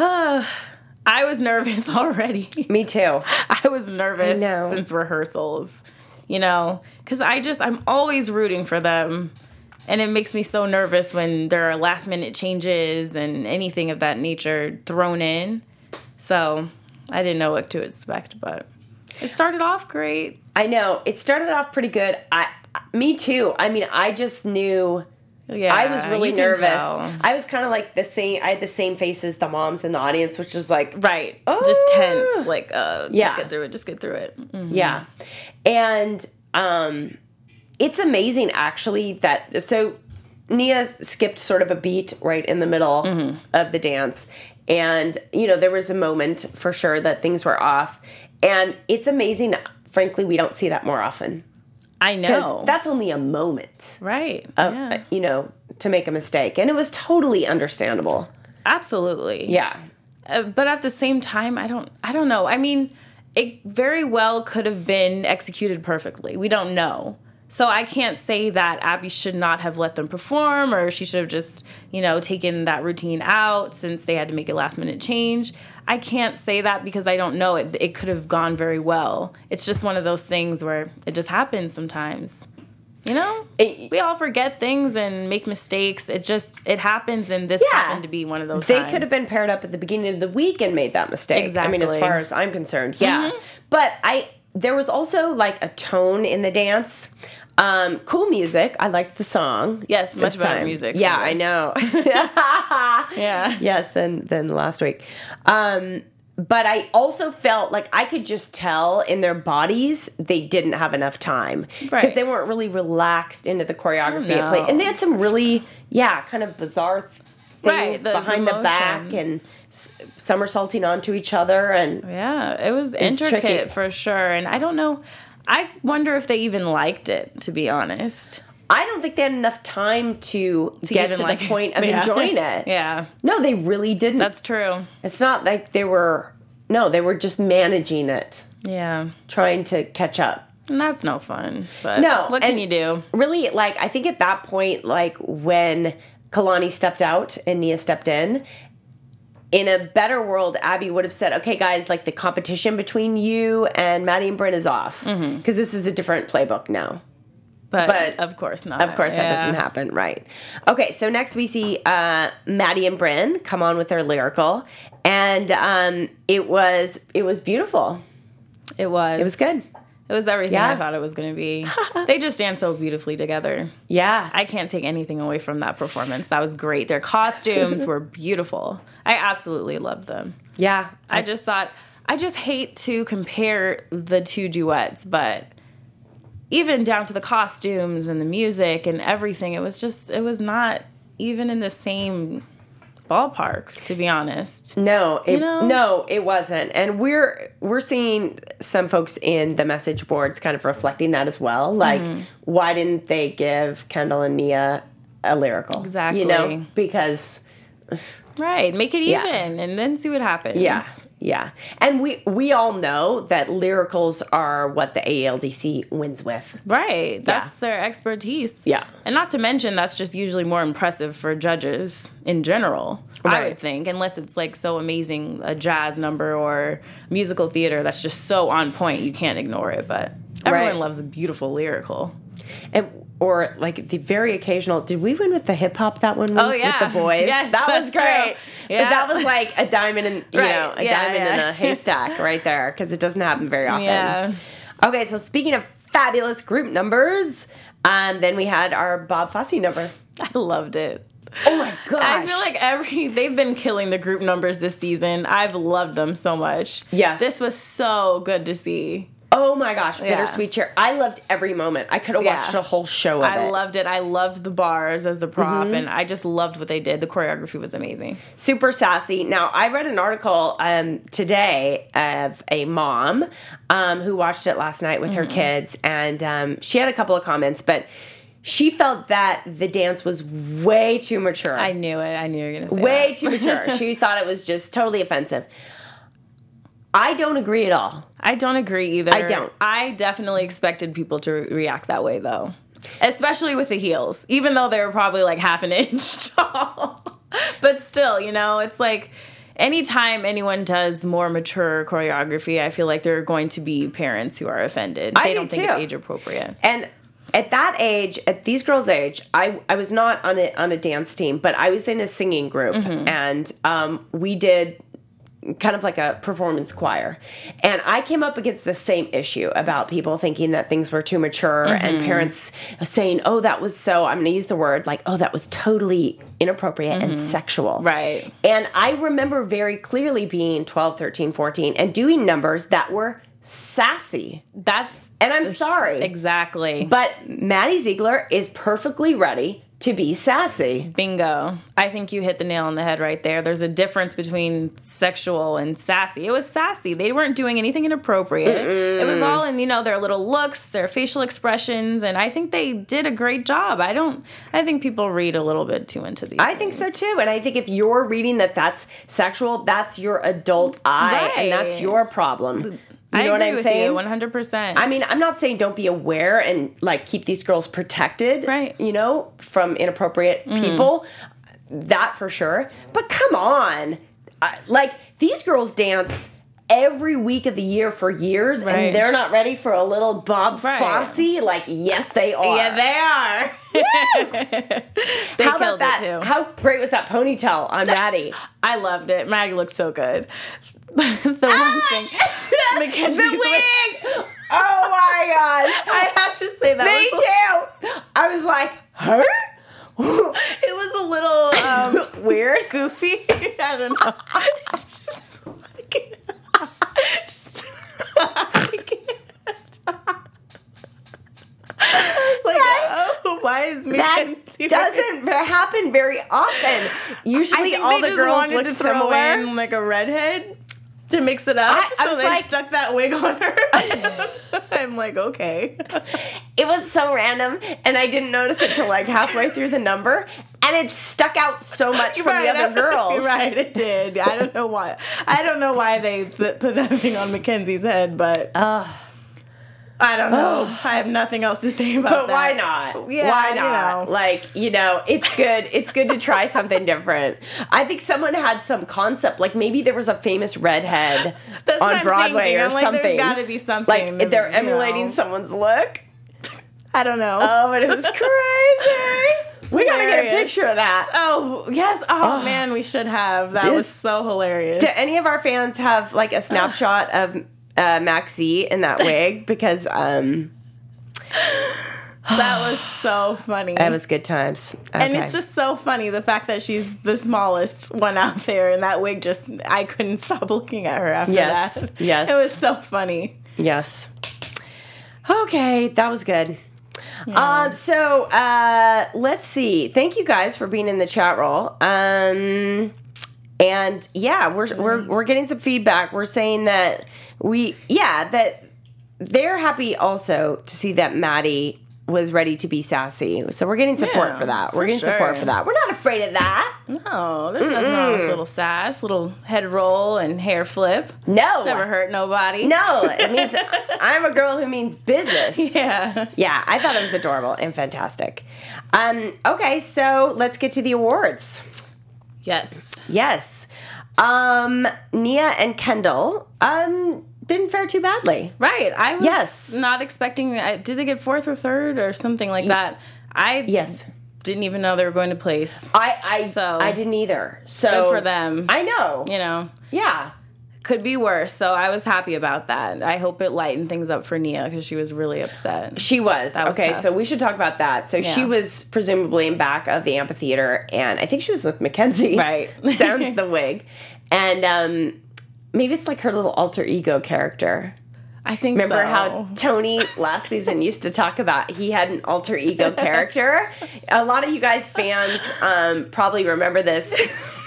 Speaker 3: I was nervous already.
Speaker 2: Me too.
Speaker 3: I was nervous
Speaker 2: I know.
Speaker 3: since rehearsals, you know, because I just, I'm always rooting for them. And it makes me so nervous when there are last minute changes and anything of that nature thrown in. So I didn't know what to expect, but it started off great.
Speaker 2: I know it started off pretty good. I, me too. I mean, I just knew.
Speaker 3: Yeah.
Speaker 2: I was really
Speaker 3: you can
Speaker 2: nervous.
Speaker 3: tell.
Speaker 2: I was kind of like the same. I had the same face as the moms in the audience, which was like,
Speaker 3: Right. Just
Speaker 2: Oh.
Speaker 3: tense. Like, uh,
Speaker 2: Yeah.
Speaker 3: just get through it. Just get through it. Mm.
Speaker 2: yeah. And um, it's amazing actually that so Nia skipped sort of a beat right in the middle
Speaker 3: Mm-hmm.
Speaker 2: of the dance, and you know there was a moment for sure that things were off, and it's amazing. Frankly, we don't see that more often
Speaker 3: I
Speaker 2: because Uh,
Speaker 3: know.
Speaker 2: that's only a moment,
Speaker 3: right. yeah.
Speaker 2: you know, to make a mistake, and it was totally understandable.
Speaker 3: Absolutely.
Speaker 2: Yeah.
Speaker 3: Uh, but at the same time, I don't I don't know. I mean, it very well could have been executed perfectly. We don't know. So I can't say that Abby should not have let them perform or she should have just, you know, taken that routine out since they had to make a last minute change. I can't say that because I don't know it it could have gone very well. It's just one of those things where it just happens sometimes. You know?
Speaker 2: It-
Speaker 3: we all forget things and make mistakes. It just it happens and this
Speaker 2: Yeah.
Speaker 3: happened to be one of those
Speaker 2: They
Speaker 3: times.
Speaker 2: could have been paired up at the beginning of the week and made that mistake. I mean, as
Speaker 3: Exactly. Mm-hmm.
Speaker 2: far as I'm concerned, yeah. But I there was also like a tone in the dance. Um, cool music. I liked the song.
Speaker 3: Yes,
Speaker 2: this
Speaker 3: much better music for
Speaker 2: Yeah, I
Speaker 3: this.
Speaker 2: know.
Speaker 3: Yeah.
Speaker 2: yes, than than last week. Um, but I also felt like I could just tell in their bodies they didn't have enough time because
Speaker 3: Right.
Speaker 2: they weren't really relaxed into the choreography
Speaker 3: Oh,
Speaker 2: at play,
Speaker 3: no.
Speaker 2: and they had some really yeah kind of bizarre th-
Speaker 3: Right,
Speaker 2: things
Speaker 3: the- the
Speaker 2: behind the, back and
Speaker 3: motions.
Speaker 2: s- somersaulting onto each other and
Speaker 3: Yeah, it was intricate
Speaker 2: tricky.
Speaker 3: for sure. And I don't know. I wonder if they even liked it, to be honest.
Speaker 2: I don't think they had enough time to, get
Speaker 3: even
Speaker 2: to
Speaker 3: like
Speaker 2: the
Speaker 3: it.
Speaker 2: point of
Speaker 3: Yeah.
Speaker 2: enjoying it.
Speaker 3: Yeah,
Speaker 2: No, they really didn't.
Speaker 3: that's true.
Speaker 2: it's not like they were no, they were just managing it,
Speaker 3: Yeah,
Speaker 2: trying to catch up.
Speaker 3: and that's no fun. But
Speaker 2: No,
Speaker 3: what can
Speaker 2: and-
Speaker 3: you do?
Speaker 2: really like i think at that point like when Kalani stepped out and Nia stepped in. In a better world, Abby would have said, "Okay, guys, like the competition between you and Maddie and Bryn is off because this is a different playbook now."
Speaker 3: But,
Speaker 2: But-
Speaker 3: of course not.
Speaker 2: Of course, that
Speaker 3: Yeah.
Speaker 2: doesn't happen, right? Okay, so next we see uh, Maddie and Bryn come on with their lyrical, and um, it was it was beautiful.
Speaker 3: It was.
Speaker 2: It was good.
Speaker 3: It was everything
Speaker 2: Yeah.
Speaker 3: I thought it was going to be. they just danced so beautifully together.
Speaker 2: Yeah,
Speaker 3: I can't take anything away from that performance. That was great. Their costumes were beautiful. I absolutely loved them.
Speaker 2: yeah.
Speaker 3: I just thought, I just hate to compare the two duets, but even down to the costumes and the music and everything, it was just, it was not even in the same ballpark, to be honest.
Speaker 2: No, it,
Speaker 3: know?
Speaker 2: no, it wasn't. And we're we're seeing some folks in the message boards kind of reflecting that as well. Like,
Speaker 3: Mm-hmm.
Speaker 2: why didn't they give Kendall and Nia a lyrical?
Speaker 3: Exactly.
Speaker 2: You know, because
Speaker 3: Right. Make it
Speaker 2: Yeah.
Speaker 3: even and then see what happens.
Speaker 2: yeah, yeah. And we we all know that lyricals are what the ALDC wins with.
Speaker 3: Right. That's their expertise.
Speaker 2: Yeah.
Speaker 3: And not to mention, that's just usually more impressive for judges in general, I
Speaker 2: Right.
Speaker 3: would think, unless it's like so amazing a jazz number or musical theater that's just so on point, you can't ignore it. But everyone
Speaker 2: Right.
Speaker 3: loves a beautiful lyrical.
Speaker 2: And or like the very occasional. Did we win with the hip hop that one? Week
Speaker 3: Oh, yeah.
Speaker 2: with the boys.
Speaker 3: Yes,
Speaker 2: that was
Speaker 3: that's true.
Speaker 2: great. But
Speaker 3: Yeah.
Speaker 2: that was like a diamond in you
Speaker 3: Right.
Speaker 2: know a
Speaker 3: Yeah,
Speaker 2: diamond in
Speaker 3: yeah.
Speaker 2: a haystack right there because it doesn't happen very often.
Speaker 3: Yeah.
Speaker 2: Okay, so speaking of fabulous group numbers, um, then we had our Bob Fosse number.
Speaker 3: I loved it.
Speaker 2: Oh my gosh!
Speaker 3: I feel like every they've been killing the group numbers this season. I've loved them so much.
Speaker 2: Yes.
Speaker 3: This was so good to see.
Speaker 2: oh my gosh, bittersweet cheer. I loved every moment. I could have
Speaker 3: Yeah.
Speaker 2: watched a whole show of it. Mm-hmm.
Speaker 3: I loved it. I loved the bars as the prop, and I just loved what they did. The choreography was amazing.
Speaker 2: super sassy. Now, I read an article um, today of a mom um, who watched it last night with her kids, and um, she had a couple of comments, but she felt that the dance was way too mature.
Speaker 3: I knew it. I knew you were gonna say
Speaker 2: way
Speaker 3: that.
Speaker 2: too mature. she thought it was just totally offensive. I don't agree at all.
Speaker 3: I don't agree either.
Speaker 2: I don't.
Speaker 3: I definitely expected people to re- react that way though, especially with the heels, even though they were probably like half an inch tall. but still, you know, it's like anytime anyone does more mature choreography, I feel like there are going to be parents who are offended.
Speaker 2: I
Speaker 3: they
Speaker 2: do
Speaker 3: don't think it's
Speaker 2: too.
Speaker 3: age appropriate.
Speaker 2: And at that age, at these girls' age, I, I was not on a on a dance team, but I was in a singing group, and um, we did kind of like a performance choir. And I came up against the same issue about people thinking that things were too mature and parents saying, "Oh, that was so." I'm going to use the word like, "Oh, that was totally inappropriate and sexual."
Speaker 3: Right.
Speaker 2: And I remember very clearly being 12, 13, 14 and doing numbers that were sassy.
Speaker 3: That's
Speaker 2: And I'm sorry.
Speaker 3: exactly.
Speaker 2: But Maddie Ziegler is perfectly ready to be sassy.
Speaker 3: Bingo. I think you hit the nail on the head right there. There's a difference between sexual and sassy. It was sassy. They weren't doing anything inappropriate. It was all in, you know, their little looks, their facial expressions, and I think they did a great job. I don't I think people read a little bit too into these.
Speaker 2: I think so too. And I think if you're reading that that's sexual, that's your adult eye and that's
Speaker 3: Right.
Speaker 2: your problem. You
Speaker 3: I
Speaker 2: know what
Speaker 3: agree
Speaker 2: I'm
Speaker 3: with
Speaker 2: saying?
Speaker 3: you 100%.
Speaker 2: I mean, I'm not saying don't be aware and like keep these girls protected,
Speaker 3: Right.
Speaker 2: You know, from inappropriate people. That for sure. But come on, I, like these girls dance every week of the year for years,
Speaker 3: Right.
Speaker 2: and they're not ready for a little Bob
Speaker 3: Right.
Speaker 2: Fosse. Like, yes, they are.
Speaker 3: yeah, they are. Uh, they
Speaker 2: How about
Speaker 3: killed
Speaker 2: that?
Speaker 3: it too.
Speaker 2: How great was that ponytail on Maddie?
Speaker 3: I loved it. Maggie looked so good. the
Speaker 2: Ah!
Speaker 3: one thing Mackenzie's
Speaker 2: the wig. oh my gosh.
Speaker 3: I have to say that
Speaker 2: Me
Speaker 3: was
Speaker 2: too. I was like, her?
Speaker 3: it was a little um, weird, goofy. I don't know. Just like- just- I can't. I was like, oh, why is me?
Speaker 2: That doesn't ver- happen very often. Usually, all the girls look
Speaker 3: to throw
Speaker 2: similar.
Speaker 3: in like a redhead to mix it up,
Speaker 2: I- I
Speaker 3: so
Speaker 2: was
Speaker 3: they
Speaker 2: like-
Speaker 3: stuck that wig on her. I'm like, okay.
Speaker 2: It was so random, and I didn't notice it till like halfway through the number, and it stuck out so much from the other girls.
Speaker 3: Right, it did. I don't know why. I don't know why they th- put that thing on Mackenzie's head, but I don't know. I have nothing else to say about
Speaker 2: But
Speaker 3: that.
Speaker 2: why not?
Speaker 3: Yeah,
Speaker 2: why
Speaker 3: you
Speaker 2: not?
Speaker 3: know.
Speaker 2: Like, you know, it's good. It's good to try something different. I think someone had some concept, like maybe there was a famous redhead
Speaker 3: That's what
Speaker 2: on
Speaker 3: I'm
Speaker 2: Broadway
Speaker 3: thinking.
Speaker 2: or
Speaker 3: I'm like, there's
Speaker 2: something.
Speaker 3: gotta be something,
Speaker 2: Like they're
Speaker 3: you know.
Speaker 2: emulating someone's look.
Speaker 3: I don't know.
Speaker 2: Oh, but it was crazy. we gotta get a
Speaker 3: hilarious.
Speaker 2: picture of that.
Speaker 3: oh, yes. Oh, man, we should have. That was
Speaker 2: Ah. This-
Speaker 3: so hilarious.
Speaker 2: Do any of our fans have like a snapshot of uh, Maxie in that wig? Because um,
Speaker 3: that was so funny.
Speaker 2: that was good times.
Speaker 3: and
Speaker 2: Okay.
Speaker 3: it's just so funny the fact that she's the smallest one out there, and that wig just, I couldn't stop looking at her after
Speaker 2: Yes,
Speaker 3: that.
Speaker 2: yes.
Speaker 3: It was so funny.
Speaker 2: Yes. Okay, that was good. Um, so uh, let's see. Thank you guys for being in the chat roll. Um, and yeah, we're we're we're getting some feedback. We're saying that we yeah that they're happy also to see that Maddie was ready to be sassy. So we're getting support
Speaker 3: Yeah,
Speaker 2: for that. We're
Speaker 3: for
Speaker 2: getting support
Speaker 3: sure.
Speaker 2: for that. We're not afraid of that.
Speaker 3: No, there's nothing wrong
Speaker 2: Mm.
Speaker 3: with little sass, little head roll and hair flip.
Speaker 2: No,
Speaker 3: Never hurt nobody.
Speaker 2: No, it means I'm a girl who means business.
Speaker 3: Yeah.
Speaker 2: Yeah, I thought it was adorable and fantastic. Um, okay, so let's get to the awards.
Speaker 3: Yes.
Speaker 2: Yes. Um, Nia and Kendall um, didn't fare too badly.
Speaker 3: Right. I was
Speaker 2: Yes.
Speaker 3: not expecting. I, did they get fourth or third or something like that? I
Speaker 2: Yes.
Speaker 3: didn't even know they were going to place.
Speaker 2: I I,
Speaker 3: So-
Speaker 2: I didn't either. So
Speaker 3: Good for them.
Speaker 2: I know.
Speaker 3: You know,
Speaker 2: Yeah.
Speaker 3: could be worse. So I was happy about that. I hope it lightened things up for Nia because she was really upset.
Speaker 2: She was.
Speaker 3: was
Speaker 2: okay,
Speaker 3: tough.
Speaker 2: so we should talk about that. So she
Speaker 3: Yeah.
Speaker 2: was presumably in back of the amphitheater, and I think she was with Mackenzie.
Speaker 3: Right.
Speaker 2: Sounds the wig. And um, maybe it's like her little alter ego character.
Speaker 3: I think
Speaker 2: Remember
Speaker 3: so.
Speaker 2: how Tony last season used to talk about he had an alter ego character? A lot of you guys fans um, probably remember this,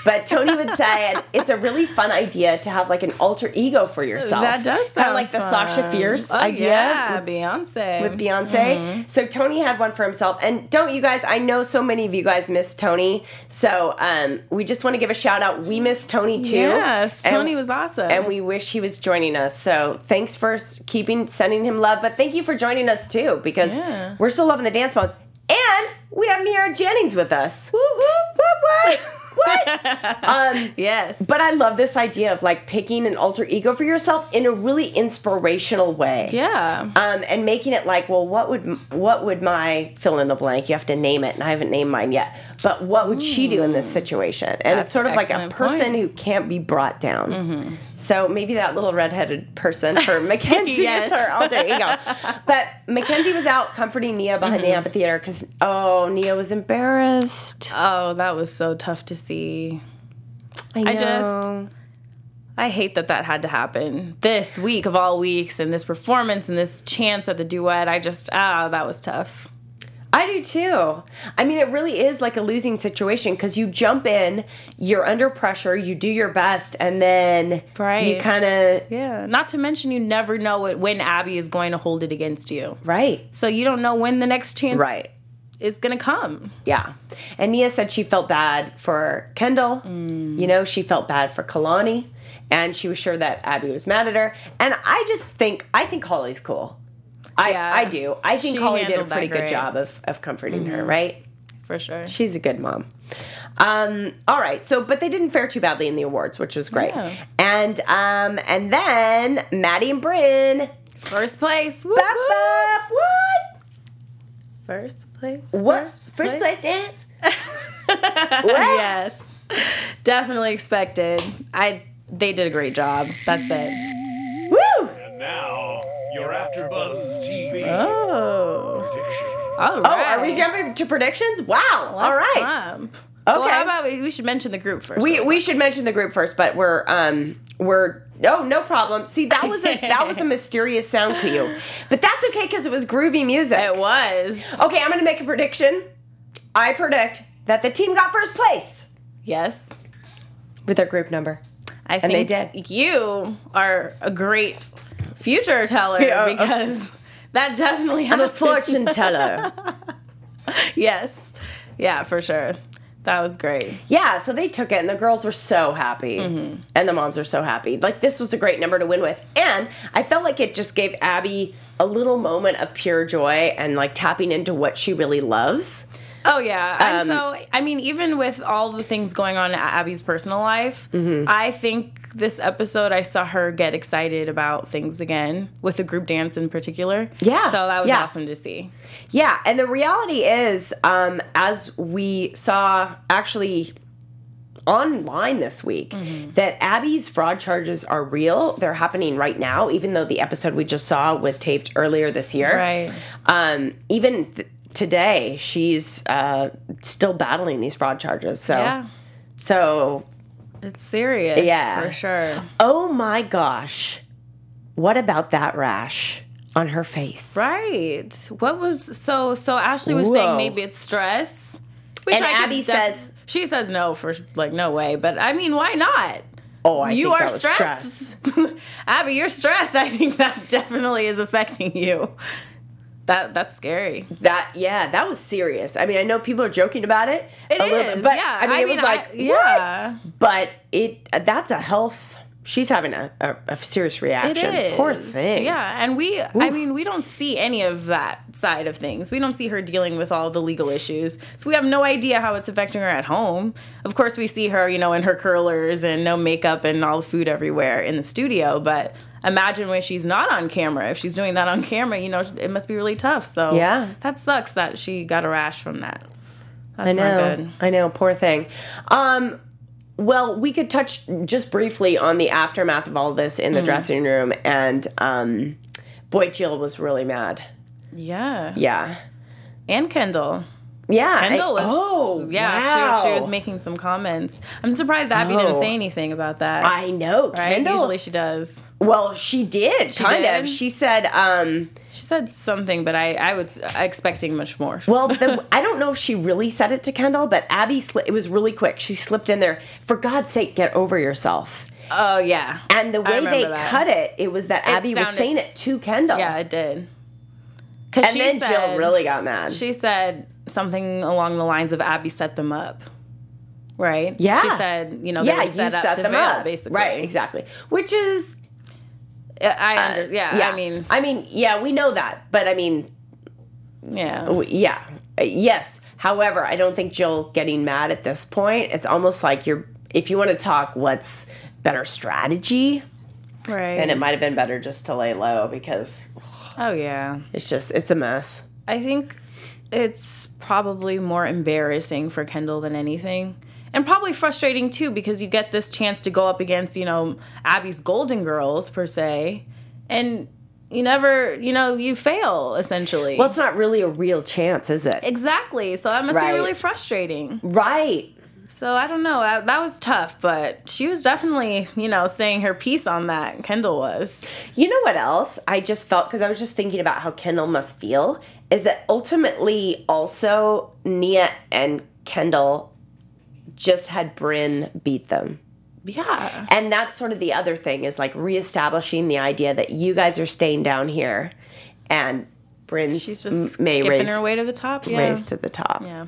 Speaker 2: but Tony would say and it's a really fun idea to have like an alter ego for yourself.
Speaker 3: that does
Speaker 2: kind
Speaker 3: sound
Speaker 2: of like the Sasha
Speaker 3: fun.
Speaker 2: Fierce
Speaker 3: Oh,
Speaker 2: idea
Speaker 3: Yeah, Mm-hmm. Beyonce.
Speaker 2: with Beyonce. So Tony had one for himself. And don't you guys, I know so many of you guys miss Tony. So um, we just want to give a shout out. We miss Tony too.
Speaker 3: Yes,
Speaker 2: And-
Speaker 3: Tony was awesome.
Speaker 2: And we wish he was joining us. So thanks for s- keeping sending him love. But thank you for joining us too, because
Speaker 3: Yeah.
Speaker 2: we're still loving the dance moms. And we have Mira Jennings with us.
Speaker 3: Whoop, whoop, whoop, whoop.
Speaker 2: What? um,
Speaker 3: yes.
Speaker 2: but I love this idea of like picking an alter ego for yourself in a really inspirational way
Speaker 3: yeah.
Speaker 2: um, and making it like, well, what would what would my fill in the blank? You have to name it, and I haven't named mine yet. But what would she do in this situation? And it's
Speaker 3: Hmm. That's
Speaker 2: sort of
Speaker 3: an
Speaker 2: like a
Speaker 3: excellent
Speaker 2: person
Speaker 3: point. Mm-hmm.
Speaker 2: who can't be brought down. So maybe that little redheaded person for Mackenzie
Speaker 3: Yes.
Speaker 2: is her alter ego. but Mackenzie was out comforting Nia behind
Speaker 3: Mm-hmm.
Speaker 2: the amphitheater because oh, Nia was embarrassed.
Speaker 3: oh, that was so tough to see.
Speaker 2: I, know.
Speaker 3: just- I hate that that had to happen this week of all weeks and this performance and this chance at the duet. I just, ah, that was tough.
Speaker 2: I do too. I mean, it really is like a losing situation because you jump in, you're under pressure, you do your best, and then
Speaker 3: Right.
Speaker 2: you kind of
Speaker 3: Yeah. Not to mention, you never know it, when Abby is going to hold it against you.
Speaker 2: right,
Speaker 3: So you don't know when the next chance
Speaker 2: right,
Speaker 3: is going to come.
Speaker 2: yeah. And Nia said she felt bad for Kendall.
Speaker 3: Mm.
Speaker 2: You know, she felt bad for Kalani, and she was sure that Abby was mad at her. And I just think I think Holly's cool. I
Speaker 3: Yeah.
Speaker 2: I do. I think
Speaker 3: She
Speaker 2: Holly did a
Speaker 3: handled that
Speaker 2: pretty good
Speaker 3: great. Mm-hmm.
Speaker 2: job of of comforting her. Right.
Speaker 3: For sure.
Speaker 2: She's a good mom. Um, all right, so but they didn't fare too badly in the awards, which was great.
Speaker 3: Yeah.
Speaker 2: And um, and then Maddie and Bryn,
Speaker 3: First place. Woo,
Speaker 2: bop,
Speaker 3: woo.
Speaker 2: bop, what?
Speaker 3: First place.
Speaker 2: What? First
Speaker 3: place?
Speaker 2: place dance? what?
Speaker 3: Yes. Definitely expected. I. They did a great job. That's it.
Speaker 2: Woo!
Speaker 1: Now, your AfterBuzz TV
Speaker 3: Oh.
Speaker 1: prediction.
Speaker 3: All right.
Speaker 2: Oh, are we jumping to predictions? Wow! all right.
Speaker 3: Okay. Well,
Speaker 2: Okay.
Speaker 3: how about we, we should mention the group first?
Speaker 2: We we should mention the group first, but we're um we're oh no problem. See that was a that was a mysterious sound cue, but that's okay because it was groovy music.
Speaker 3: It was.
Speaker 2: Okay, I'm gonna make a prediction. I predict that the team got first place
Speaker 3: Yes.
Speaker 2: with their group number.
Speaker 3: I
Speaker 2: they
Speaker 3: think you are a great future teller
Speaker 2: Yeah, uh,
Speaker 3: because that definitely happened.
Speaker 2: teller.
Speaker 3: yes. Yeah, for sure. That was great.
Speaker 2: Yeah, so they took it, and the girls were so happy, and the moms were so happy. Like this was a great number to win with, and I felt like it just gave Abby a little moment of pure joy and like tapping into what she really loves.
Speaker 3: Oh yeah, and
Speaker 2: Um,
Speaker 3: so I mean, even with all the things going on in Abby's personal life,
Speaker 2: Mm-hmm.
Speaker 3: I think this episode I saw her get excited about things again with the group dance in particular.
Speaker 2: Yeah,
Speaker 3: so that was
Speaker 2: yeah.
Speaker 3: awesome to see.
Speaker 2: Yeah, and the reality is, um, as we saw actually online this week,
Speaker 3: Mm-hmm.
Speaker 2: that Abby's fraud charges are real. They're happening right now, even though the episode we just saw was taped earlier this year.
Speaker 3: Right.
Speaker 2: Um, even th- today, she's uh, still battling these fraud charges. So,
Speaker 3: Yeah,
Speaker 2: so
Speaker 3: it's serious.
Speaker 2: Yeah.
Speaker 3: for sure.
Speaker 2: oh my gosh, what about that rash on her face?
Speaker 3: Right. What was so? So Ashley was
Speaker 2: Whoa.
Speaker 3: saying maybe it's stress. Which
Speaker 2: And
Speaker 3: could
Speaker 2: Abby
Speaker 3: def-
Speaker 2: says-
Speaker 3: she says no for like no way, but I mean, why not?
Speaker 2: Oh, I
Speaker 3: you
Speaker 2: think
Speaker 3: are
Speaker 2: that was
Speaker 3: stressed. Abby, you're stressed. I think that definitely is affecting you. That that's scary.
Speaker 2: That yeah, that was serious. I mean, I know people are joking about it.
Speaker 3: It
Speaker 2: a
Speaker 3: is,
Speaker 2: little bit, but
Speaker 3: yeah.
Speaker 2: I mean, it was like what?
Speaker 3: yeah.
Speaker 2: But it that's a health. She's having a, a, a serious
Speaker 3: It
Speaker 2: reaction.
Speaker 3: is.
Speaker 2: Poor thing.
Speaker 3: Yeah, and we I mean, we don't see any of that side of things. We don't see her dealing with all the legal issues. So we have no idea how it's affecting her at home. Of course, we see her, you know, in her curlers and no makeup and all the food everywhere in the studio, but imagine when she's not on camera. If she's doing that on camera, you know, it must be really tough. So
Speaker 2: Yeah.
Speaker 3: that sucks that she got a rash from that. That's
Speaker 2: I know.
Speaker 3: not good.
Speaker 2: I know. Poor thing. Um, well, we could touch just briefly on the aftermath of all this
Speaker 3: Mm.
Speaker 2: in the dressing room, and um, boy, Jill was really mad.
Speaker 3: Yeah.
Speaker 2: Yeah.
Speaker 3: And Kendall.
Speaker 2: Yeah. I-
Speaker 3: Kendall was.
Speaker 2: oh,
Speaker 3: yeah.
Speaker 2: Wow.
Speaker 3: She, she was making some comments. I'm surprised Abby didn't
Speaker 2: Oh.
Speaker 3: say anything about that.
Speaker 2: I know.
Speaker 3: right?
Speaker 2: Kendall.
Speaker 3: Usually she does.
Speaker 2: well, she did. kind
Speaker 3: did?
Speaker 2: of. She said. Um,
Speaker 3: She said something, but I, I was expecting much more.
Speaker 2: Well, the, I don't know if she really said it to Kendall, but Abby, sli- it was really quick. She slipped in there, for God's sake, get over yourself.
Speaker 3: Oh yeah.
Speaker 2: And the way they
Speaker 3: remember that.
Speaker 2: cut it, it was that Abby was
Speaker 3: sounded-
Speaker 2: saying it to Kendall.
Speaker 3: yeah, it did. Cause
Speaker 2: And then Jill really got mad.
Speaker 3: She said something along the lines of Abby set them up. Right?
Speaker 2: Yeah.
Speaker 3: She said, you know, they
Speaker 2: yeah,
Speaker 3: were
Speaker 2: you
Speaker 3: set
Speaker 2: set,
Speaker 3: up to
Speaker 2: them
Speaker 3: fail,
Speaker 2: up.
Speaker 3: basically.
Speaker 2: Right, exactly. Which is,
Speaker 3: I I
Speaker 2: Uh,
Speaker 3: under, yeah, I mean,
Speaker 2: I mean, yeah, we know that. But I mean,
Speaker 3: yeah.
Speaker 2: w- yeah, Uh, yes. However, I don't think Jill getting mad at this point, it's almost like you're, if you want to talk what's better strategy,
Speaker 3: Right.
Speaker 2: then it might have been better just to lay low because
Speaker 3: oh yeah.
Speaker 2: It's just, it's a mess.
Speaker 3: I think it's probably more embarrassing for Kendall than anything. And probably frustrating too, because you get this chance to go up against, you know, Abby's Golden Girls per se. And you never, you know, you fail essentially.
Speaker 2: Well, it's not really a real chance, is it?
Speaker 3: exactly. So that must
Speaker 2: Right.
Speaker 3: be really frustrating.
Speaker 2: Right.
Speaker 3: So I don't know. That, that was tough, but she was definitely, you know, saying her piece on that. Kendall was.
Speaker 2: You know what else I just felt because I was just thinking about how Kendall must feel is that ultimately also Nia and Kendall just had Bryn beat them.
Speaker 3: Yeah.
Speaker 2: And that's sort of the other thing is like reestablishing the idea that you guys are staying down here and Bryn
Speaker 3: She's just
Speaker 2: may
Speaker 3: skipping
Speaker 2: raise,
Speaker 3: her way to the top. Yeah.
Speaker 2: raise to the top.
Speaker 3: yeah.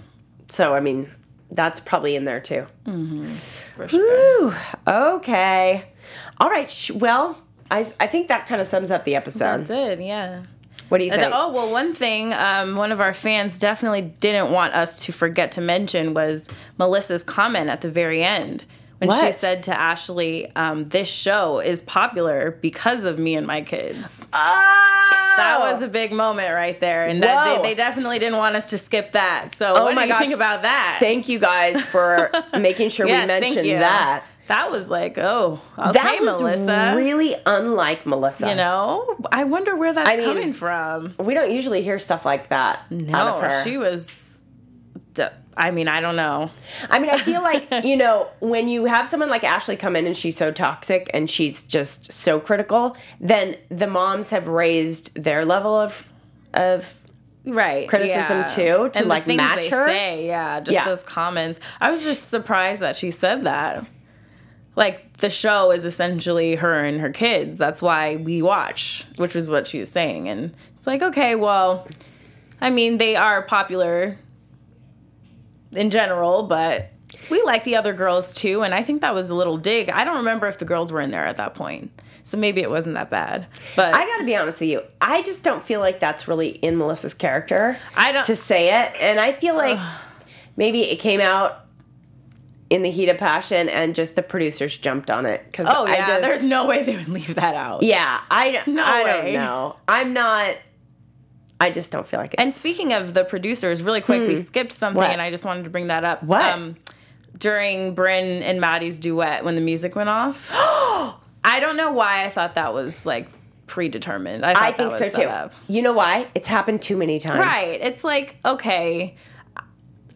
Speaker 2: So, I mean, that's probably in there too.
Speaker 3: Mm-hmm. For sure.
Speaker 2: Whew. Okay. All right. sh- Well, I, I think that kind of sums up the
Speaker 3: That
Speaker 2: episode.
Speaker 3: did. Yeah.
Speaker 2: What do you
Speaker 3: And,
Speaker 2: think?
Speaker 3: oh well, one thing um, one of our fans definitely didn't want us to forget to mention was Melissa's comment at the very end when she
Speaker 2: What?
Speaker 3: said to Ashley, um, "This show is popular because of me and my kids." That was a big moment right there, and that
Speaker 2: Oh. Whoa. Oh
Speaker 3: they, they definitely didn't want us to skip that. So, what
Speaker 2: my
Speaker 3: do you
Speaker 2: gosh.
Speaker 3: think about that?
Speaker 2: Thank you guys for making sure
Speaker 3: Yes,
Speaker 2: we
Speaker 3: thank
Speaker 2: mentioned
Speaker 3: you.
Speaker 2: that.
Speaker 3: That was like, oh, okay,
Speaker 2: That was
Speaker 3: Melissa.
Speaker 2: really unlike Melissa.
Speaker 3: you know, I wonder where that's
Speaker 2: I mean,
Speaker 3: coming from. Oh,
Speaker 2: we don't usually hear stuff like that out of her.
Speaker 3: she was. d- I mean, I don't know.
Speaker 2: I mean, I feel like, you know, when you have someone like Ashley come in and she's so toxic and she's just so critical, then the moms have raised their level of of
Speaker 3: right
Speaker 2: criticism, too, to,
Speaker 3: and
Speaker 2: like,
Speaker 3: the things
Speaker 2: match
Speaker 3: they
Speaker 2: her.
Speaker 3: say yeah just
Speaker 2: Yeah.
Speaker 3: those comments i was just surprised that she said that like the show is essentially her and her kids that's why we watch which was what she was saying and it's like okay well i mean they are popular in general, but we like the other girls too. And I think that was a little dig. I don't remember if the girls were in there at that point. So maybe it wasn't that bad. But
Speaker 2: I gotta be honest with you. I just don't feel like that's really in Melissa's character.
Speaker 3: I don't-
Speaker 2: to say it, and I feel like maybe it came out in the heat of passion, and just the producers jumped on it because
Speaker 3: oh, yeah,
Speaker 2: I just,
Speaker 3: there's no way they would leave that out.
Speaker 2: yeah. I
Speaker 3: No
Speaker 2: I
Speaker 3: way.
Speaker 2: don't know. I'm not. I just don't feel like it.
Speaker 3: And speaking of the producers, really quick, we skipped something
Speaker 2: Hmm. What?
Speaker 3: and I just wanted to bring that up. Um,
Speaker 2: What?
Speaker 3: during Bryn and Maddie's duet when the music went off. I don't know why I thought that was like predetermined. I, thought
Speaker 2: I
Speaker 3: that
Speaker 2: think
Speaker 3: was
Speaker 2: so
Speaker 3: set
Speaker 2: too.
Speaker 3: up.
Speaker 2: You know why? It's happened too many times.
Speaker 3: Right. It's like, okay.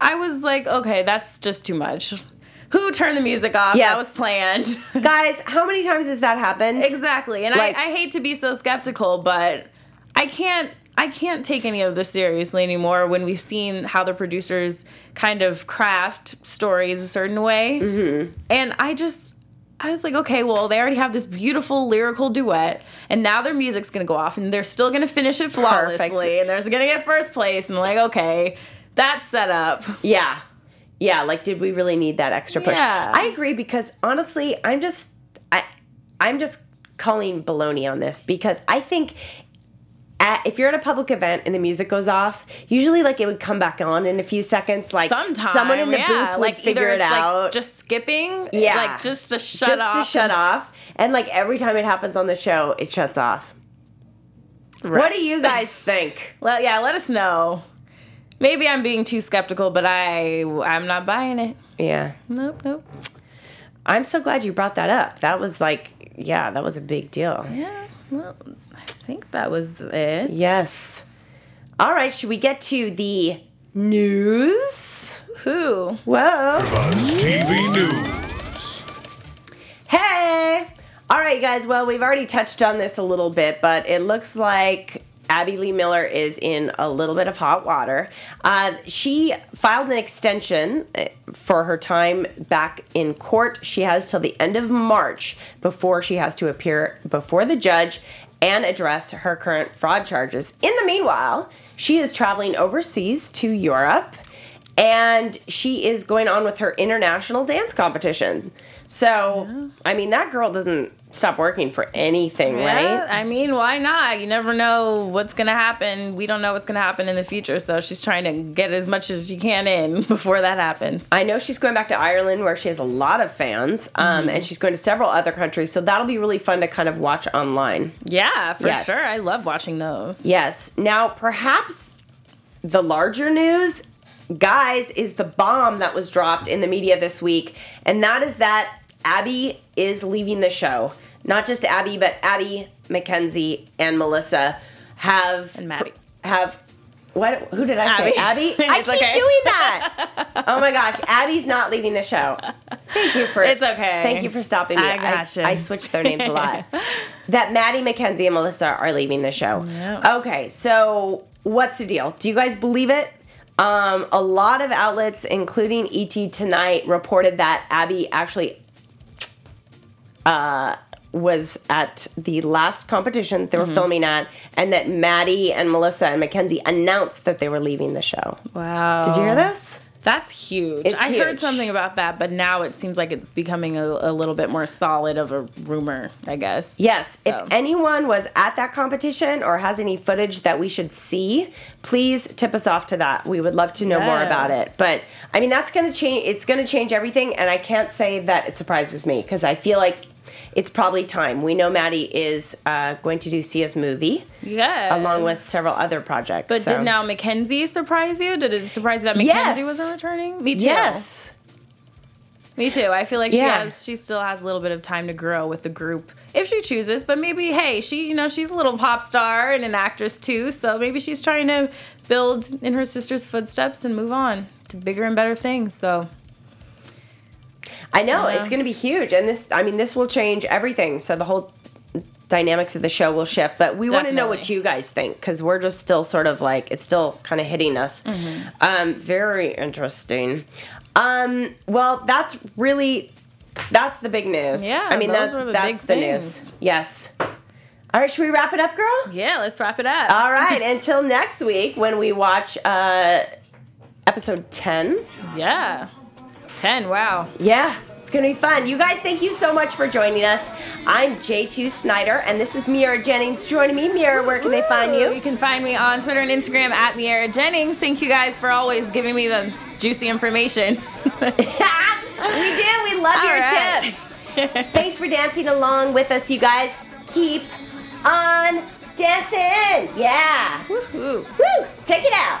Speaker 3: I was like, okay, that's just too much. Who turned the music off?
Speaker 2: Yes.
Speaker 3: That was planned.
Speaker 2: guys. How many times has that happened?
Speaker 3: exactly. And
Speaker 2: Like-
Speaker 3: I, I hate to be so skeptical, but I can't I can't take any of this seriously anymore when we've seen how the producers kind of craft stories a certain way.
Speaker 2: Mm-hmm.
Speaker 3: And I just I was like, okay, well, they already have this beautiful lyrical duet, and now their music's gonna go off, and they're still gonna finish it flawlessly,
Speaker 2: Perfect.
Speaker 3: and they're gonna get first place. And I'm like, okay, that's set up.
Speaker 2: Yeah. Yeah, like did we really need that extra push?
Speaker 3: Yeah.
Speaker 2: I agree because honestly, I'm just I I'm just calling baloney on this because I think at, if you're at a public event and the music goes off, usually like it would come back on in a few seconds. Like
Speaker 3: Sometimes
Speaker 2: someone in the
Speaker 3: yeah,
Speaker 2: booth would
Speaker 3: like
Speaker 2: figure
Speaker 3: either
Speaker 2: it
Speaker 3: it's like
Speaker 2: out,
Speaker 3: just skipping,
Speaker 2: Yeah.
Speaker 3: like just to shut
Speaker 2: just
Speaker 3: off,
Speaker 2: to shut off. And like every time it happens on the show, it shuts off. What do you guys think?
Speaker 3: Well, yeah, let us know. Maybe I'm being too skeptical, but I I'm not buying it.
Speaker 2: yeah,
Speaker 3: Nope, nope.
Speaker 2: I'm so glad you brought that up. That was like, yeah, that was a big deal.
Speaker 3: Yeah. Well, I think that was it.
Speaker 2: Yes. All right, should we get to the news?
Speaker 3: Who?
Speaker 2: Whoa.
Speaker 1: Buzz TV News.
Speaker 2: Hey! All right, guys, well, we've already touched on this a little bit, but it looks like Abby Lee Miller is in a little bit of hot water. Uh, she filed an extension eh, for her time back in court. She has till the end of March before she has to appear before the judge and address her current fraud charges. In the meanwhile, she is traveling overseas to Europe and she is going on with her international dance competition. So, I mean, that girl doesn't stop working for anything,
Speaker 3: Yeah,
Speaker 2: right?
Speaker 3: I mean, why not? You never know what's gonna happen. We don't know what's gonna happen in the future, so she's trying to get as much as she can in before that happens.
Speaker 2: I know she's going back to Ireland where she has a lot of fans, um, and she's going to several other countries. So, that'll be really fun to kind of watch online.
Speaker 3: Yeah, for
Speaker 2: Yes.
Speaker 3: sure. I love watching those.
Speaker 2: Yes. Now, perhaps the larger news, guys, is the bomb that was dropped in the media this week, and that is that Abby is leaving the show. Not just Abby, but Abby, Mackenzie, and Melissa have
Speaker 3: And Maddie.
Speaker 2: have what? Who did I say? Abby.
Speaker 3: Abby.
Speaker 2: I
Speaker 3: It's
Speaker 2: keep
Speaker 3: okay.
Speaker 2: doing that. oh my gosh, Abby's not leaving the show. Thank you for
Speaker 3: It's okay.
Speaker 2: Thank you for stopping me.
Speaker 3: I gotcha.
Speaker 2: I switch their names a lot. that Maddie, Mackenzie, and Melissa are leaving the show.
Speaker 3: Yeah.
Speaker 2: Okay, so what's the deal? Do you guys believe it? Um, a lot of outlets, including ET Tonight, reported that Abby actually uh, was at the last competition that they were
Speaker 3: Mm-hmm.
Speaker 2: filming at, and that Maddie and Melissa and Mackenzie announced that they were leaving the show.
Speaker 3: Wow.
Speaker 2: Did you hear this?
Speaker 3: That's huge.
Speaker 2: It's
Speaker 3: I
Speaker 2: huge.
Speaker 3: heard something about that, but now it seems like it's becoming a, a little bit more solid of a rumor, I guess.
Speaker 2: Yes.
Speaker 3: So-
Speaker 2: If anyone was at that competition or has any footage that we should see, please tip us off to that. We would love to know more about it.
Speaker 3: Yes.
Speaker 2: But I mean, that's going to change. It's going to change everything, and I can't say that it surprises me because I feel like it's probably time. We know Maddie is uh, going to do CS movie
Speaker 3: Yes.
Speaker 2: along with several other projects.
Speaker 3: But
Speaker 2: so-
Speaker 3: did now Mackenzie surprise you? Did it surprise you that Mackenzie
Speaker 2: Yes.
Speaker 3: wasn't returning? Me too.
Speaker 2: Yes.
Speaker 3: Me too. I feel like
Speaker 2: Yeah.
Speaker 3: she has she still has a little bit of time to grow with the group if she chooses, but maybe hey, she you know, she's a little pop star and an actress too, so maybe she's trying to build in her sister's footsteps and move on to bigger and better things. So
Speaker 2: I know it's going to be huge, and this—I mean, this will change everything. So the whole dynamics of the show will shift. But we want to know what
Speaker 3: Definitely.
Speaker 2: you guys think because we're just still sort of like it's still kind of hitting us.
Speaker 3: Mm-hmm.
Speaker 2: Um, very interesting. Um, well, that's really that's the big news.
Speaker 3: Yeah,
Speaker 2: I mean
Speaker 3: those
Speaker 2: that's
Speaker 3: were the
Speaker 2: that's the
Speaker 3: big
Speaker 2: news.
Speaker 3: things.
Speaker 2: Yes. All right, should we wrap it up, girl? Ah.
Speaker 3: yeah, let's wrap it up.
Speaker 2: All right, until next week when we watch uh, episode 10.
Speaker 3: Yeah. 10, wow.
Speaker 2: Yeah, it's going to be fun. You guys, thank you so much for joining us. I'm J2 Snyder, and this is Mira Jennings joining me. Mira, where can they find
Speaker 3: Ooh,
Speaker 2: you?
Speaker 3: You can find me on Twitter and Instagram at Miera Jennings. Thank you guys for always giving me the juicy information.
Speaker 2: we do. We love
Speaker 3: All
Speaker 2: your
Speaker 3: right.
Speaker 2: tips. Thanks for dancing along with us, you guys. Keep on dancing. Yeah.
Speaker 3: Woohoo.
Speaker 2: Woo! Take it out.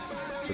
Speaker 4: The